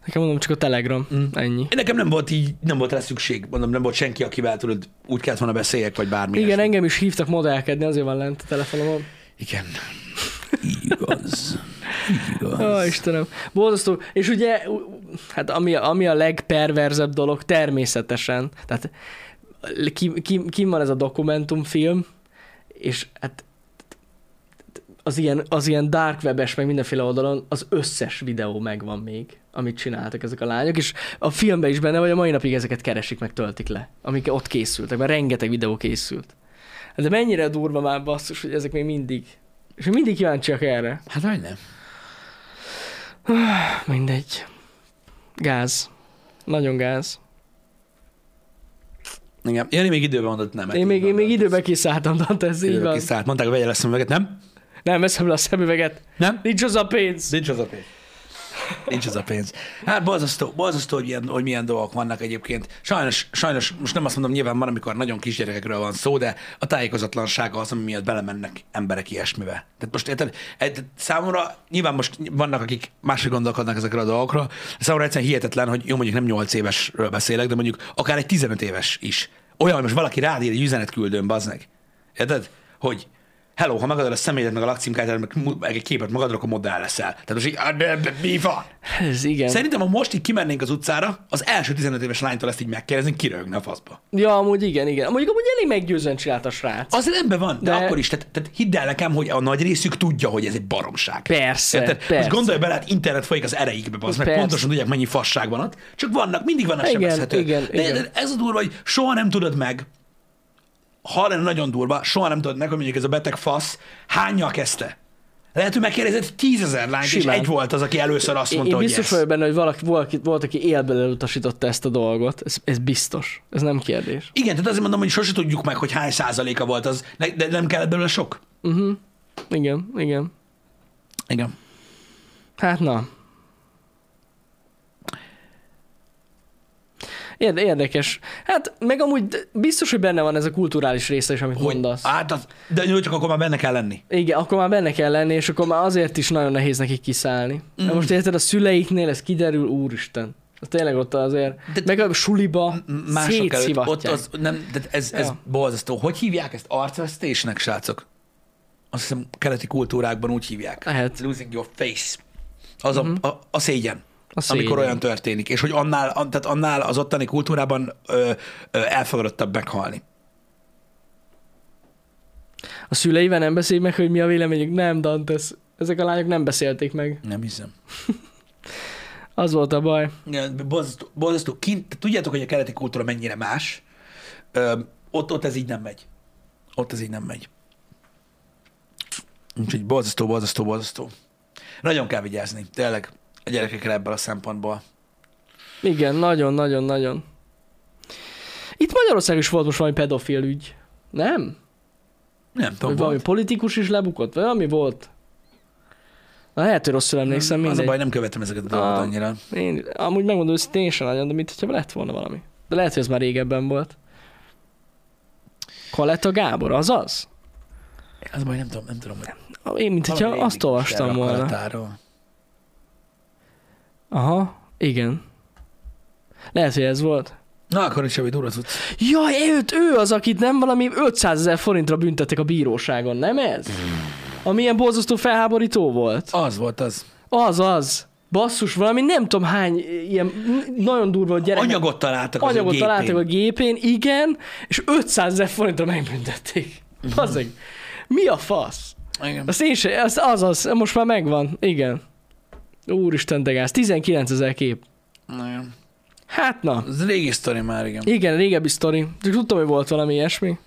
Nekem mondom, csak a Telegram. Mm. Ennyi. Én nekem nem volt így, nem volt rá szükség, mondom, nem volt senki, akivel tudod, úgy kellett volna beszéljek, vagy bármi. Igen, ilyesmi. engem is hívtak modellkedni, azért van lent a telefonomon. Igen. Igaz. Igaz. Ó, Istenem. Borzasztó. És ugye, ú- hát ami, ami a legperverzebb dolog, természetesen. Tehát ki, ki, ki van ez a dokumentumfilm, és hát az ilyen, az ilyen dark webes, meg mindenféle oldalon az összes videó megvan még, amit csináltak ezek a lányok, és a filmben is benne vagy, a mai napig ezeket keresik, meg töltik le, amik ott készültek, mert rengeteg videó készült. Hát De mennyire durva már basszus, hogy ezek még mindig, és még mindig kíváncsiak erre. Hát vagy nem. Mindegy. Gáz. Nagyon gáz. Igen. Jani még időben mondott nem. én még, én még időben kiszálltam, Dante, ez így van. kiszállt. Mondták, hogy vegyél a szemüveget, nem? Nem, veszem le a szemüveget. Nem? Nincs az a pénz. Nincs az a pénz. Nincs az a pénz. Hát borzasztó, borzasztó hogy, ilyen, hogy milyen dolgok vannak egyébként. Sajnos, sajnos, most nem azt mondom, nyilván van, amikor nagyon kisgyerekekről van szó, de a tájékozatlanság az, ami miatt belemennek emberek ilyesmibe. Tehát most érted, érted, számomra nyilván most vannak, akik máshogy gondolkodnak ezekre a dolgokra, de számomra egyszerűen hihetetlen, hogy jó, mondjuk nem 8 évesről beszélek, de mondjuk akár egy 15 éves is. Olyan, hogy most valaki rád ír egy üzenet küldőn, bazd Érted? Hogy Hello, ha megadod a személyedet, meg a lakcímkártyát, meg, mu- meg egy képet magadról, akkor modell leszel. Tehát most így, "Ah, de- de mi van? Ez igen. Szerintem, ha most így kimennénk az utcára, az első 15 éves lánytól ezt így megkérdezni, kirögne a faszba. Ja, amúgy igen, igen. Mondjuk amúgy elég meggyőzően csinált a srác. Az rendben van, de, De- de... akkor is, tehát, tehát hidd el nekem, hogy a nagy részük tudja, hogy ez egy baromság. Persze, persze. Most gondolj bele, hát internet folyik az ereikbe, az meg Persze. pontosan tudják, mennyi fasság van ott, csak vannak, mindig vannak Igen, sebezhetők. igen, de, igen. de ez a durva, hogy soha nem tudod meg, ha lenne nagyon durva, soha nem tudod meg, hogy mondjuk ez a beteg fasz hányjal kezdte. Lehet, hogy megkérdezett tízezer lányt, és Simán. egy volt az, aki először azt Én, mondta, én hogy biztos yes. vagyok benne, hogy valaki, valaki, volt, aki élben elutasította ezt a dolgot. Ez, ez biztos. Ez nem kérdés. Igen, tehát azért mondom, hogy sose tudjuk meg, hogy hány százaléka volt az, ne- de nem kellett belőle sok. Uh-huh. Igen, igen. Igen. Hát na. Érde- Érdekes. Hát meg amúgy biztos, hogy benne van ez a kulturális része is, amit Hogy, mondasz. hát az, de jó, csak akkor már benne kell lenni. Igen, akkor már benne kell lenni, és akkor már azért is nagyon nehéz nekik kiszállni. Mm. Most érted, a szüleiknél ez kiderül, úristen. Az tényleg ott azért. De meg a suliba M- Mások előtt, ott szétszivatják. az, nem, de ez, ez Ja. borzasztó. Hogy hívják ezt arcvesztésnek, srácok? Azt hiszem, keleti kultúrákban úgy hívják. Lehet. Losing your face. Az a, a, a szégyen. Mhm. A szégyen. Amikor olyan történik, és hogy annál, an- tehát annál az ottani kultúrában ö, ö, elfogadottabb meghalni. A szüleivel nem beszél meg, hogy mi a véleményük. Nem, Dantes. Ezek a lányok nem beszélték meg. Nem hiszem. Az volt a baj. Igen, borzasztó, borzasztó. Kint, tudjátok, hogy a keleti kultúra mennyire más. Ö, ott, ott ez így nem megy. Ott ez így nem megy. Úgyhogy borzasztó, borzasztó, borzasztó. Nagyon kell vigyázni, tényleg, a gyerekekre ebből a szempontból. Igen, nagyon-nagyon-nagyon. Itt Magyarország is volt most valami pedofil ügy. Nem? Nem Vagy tudom, valami volt. politikus is lebukott? Vagy valami volt? Na, lehet, hogy rosszul emlékszem, Hmm, Az a mindegy. baj, nem követem ezeket a dolgokat Ah. annyira. Én, amúgy megmondom őszintén, én sem nagyon, de mint hogyha lett volna valami. De lehet, hogy ez már régebben volt. Kaleta Gábor, az az? Az a baj, nem tudom, nem tudom. Hogy Én, mint hogyha valami azt régi olvastam kisgyermek volna. akaratáról. Aha, igen. Lehet, hogy ez volt. Na, akkor is semmi durva tudsz. Jaj, őt, ő az, akit nem valami 500 ezer forintra büntettek a bíróságon, nem ez? Amilyen borzasztó felháborító volt. Az volt az. Az az. Basszus, valami nem tudom hány ilyen nagyon durva gyerek. Anyagot találtak az ő anyagot gépén. találtak a gépén, igen, és 500 ezer forintra megbüntették. Az egy. Mi a fasz? Igen. Azt én se, az, az, az, most már megvan, igen. Úristen, de gáz, 19 ezer kép. Igen. Hát na, Ez régi sztori már, igen. igen, régebbi sztori. Csak tudtam, hogy volt valami ilyesmi.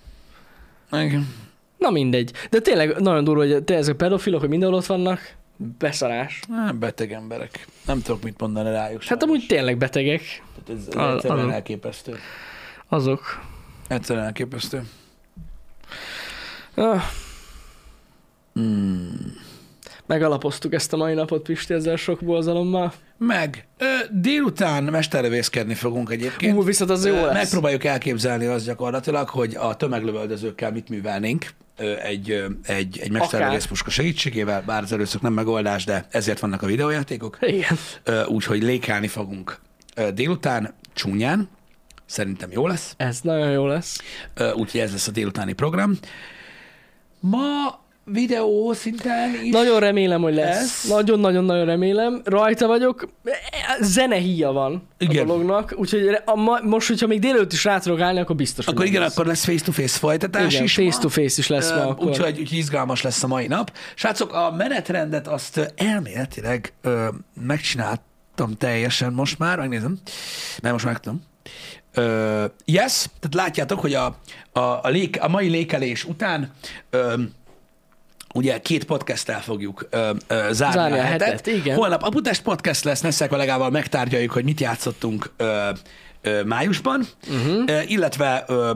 Igen. Na mindegy. De tényleg nagyon durva, hogy te ezek a pedofilok, hogy mindenhol ott vannak, beszarás. Á, Hát, beteg emberek. Nem tudok mit mondani rájuk. Hát sajnos. amúgy tényleg betegek Tehát ez, ez Al- egyszerűen alul. elképesztő. azok. Egyszerűen elképesztő. Ah. Hmm. Megalapoztuk ezt a mai napot, Pisti, ezzel sok borzalommal. Meg ö, délután mesterrevészkedni fogunk egyébként. Ú, viszont az jó Ö, lesz. Megpróbáljuk elképzelni azt gyakorlatilag, hogy a tömeglövöldözőkkel mit művelnénk ö, egy, ö, egy, egy mesterrevészpuska segítségével, bár az először nem megoldás, de ezért vannak a videójátékok. Igen. Ö, Úgyhogy lékálni fogunk ö, délután csúnyán, szerintem jó lesz, Ez nagyon jó lesz. Ö, úgyhogy ez lesz a délutáni program. Ma videó szinten is Nagyon remélem, hogy lesz. lesz. Nagyon-nagyon-nagyon remélem. Rajta vagyok. Zene híja van Igen. a dolognak, úgyhogy re- a ma, most, hogyha még délőtt is rá tudok állni, akkor biztos, hogy Akkor igen, meg lesz. akkor lesz face-to-face folytatás igen, is. ma. face-to-face is lesz ma Ö, akkor. Úgyhogy úgyhogy izgalmas lesz a mai nap. Srácok, a menetrendet azt ö, elméletileg ö, megcsináltam teljesen most már, megnézem, mert most már tudom. Ö, yes, tehát látjátok, hogy a, a, a, lék, a mai lékelés után ö, ugye két podcasttel fogjuk ö, ö, zárni, Zárni a a hetet. hetet, igen. Holnap Aputest Podcast lesz, Nessel kollégával megtárgyaljuk, hogy mit játszottunk ö, ö, májusban, Mhm. uh-huh. ö, illetve ö,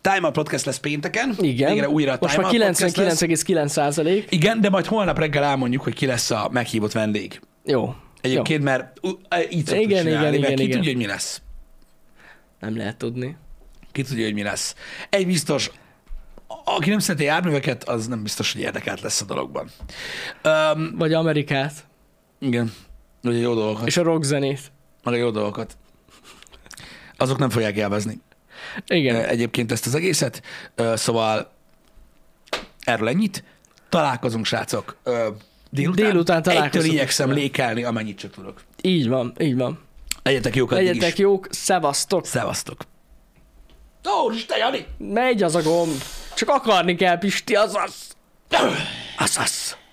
Time Out Podcast lesz pénteken. Igen. Végre újra a Most Time már Out Podcast lesz. 99,9 százalék. Igen, de majd holnap reggel elmondjuk, hogy ki lesz a meghívott vendég. Jó. Egyébként, mert ú, így Igen, szoktuk igen, csinálni, igen, igen, mert igen, ki igen. tudja, hogy mi lesz. Jó. Nem lehet tudni. Ki tudja, hogy mi lesz. Egy biztos, aki nem szereti járműveket, az nem biztos, hogy érdekelt lesz a dologban. Um, Vagy Amerikát. igen, ugye jó dolgokat, És a rockzenét. meg a jó dolgokat. Azok nem fogják élvezni. Igen. ö, egyébként ezt az egészet. Ö, Szóval erről ennyit. Találkozunk, srácok. Ö, Délután, Délután találkozunk. Egytől igyekszem lékelni, amennyit csak tudok. Így van, így van. Legyetek jók addig Legyetek Legyetek is. jók, szevasztok. Szevasztok. Ó, Isten, Jani! Megy az a gomb. Csak akarni kell, Pisti, azaz. Aszasz!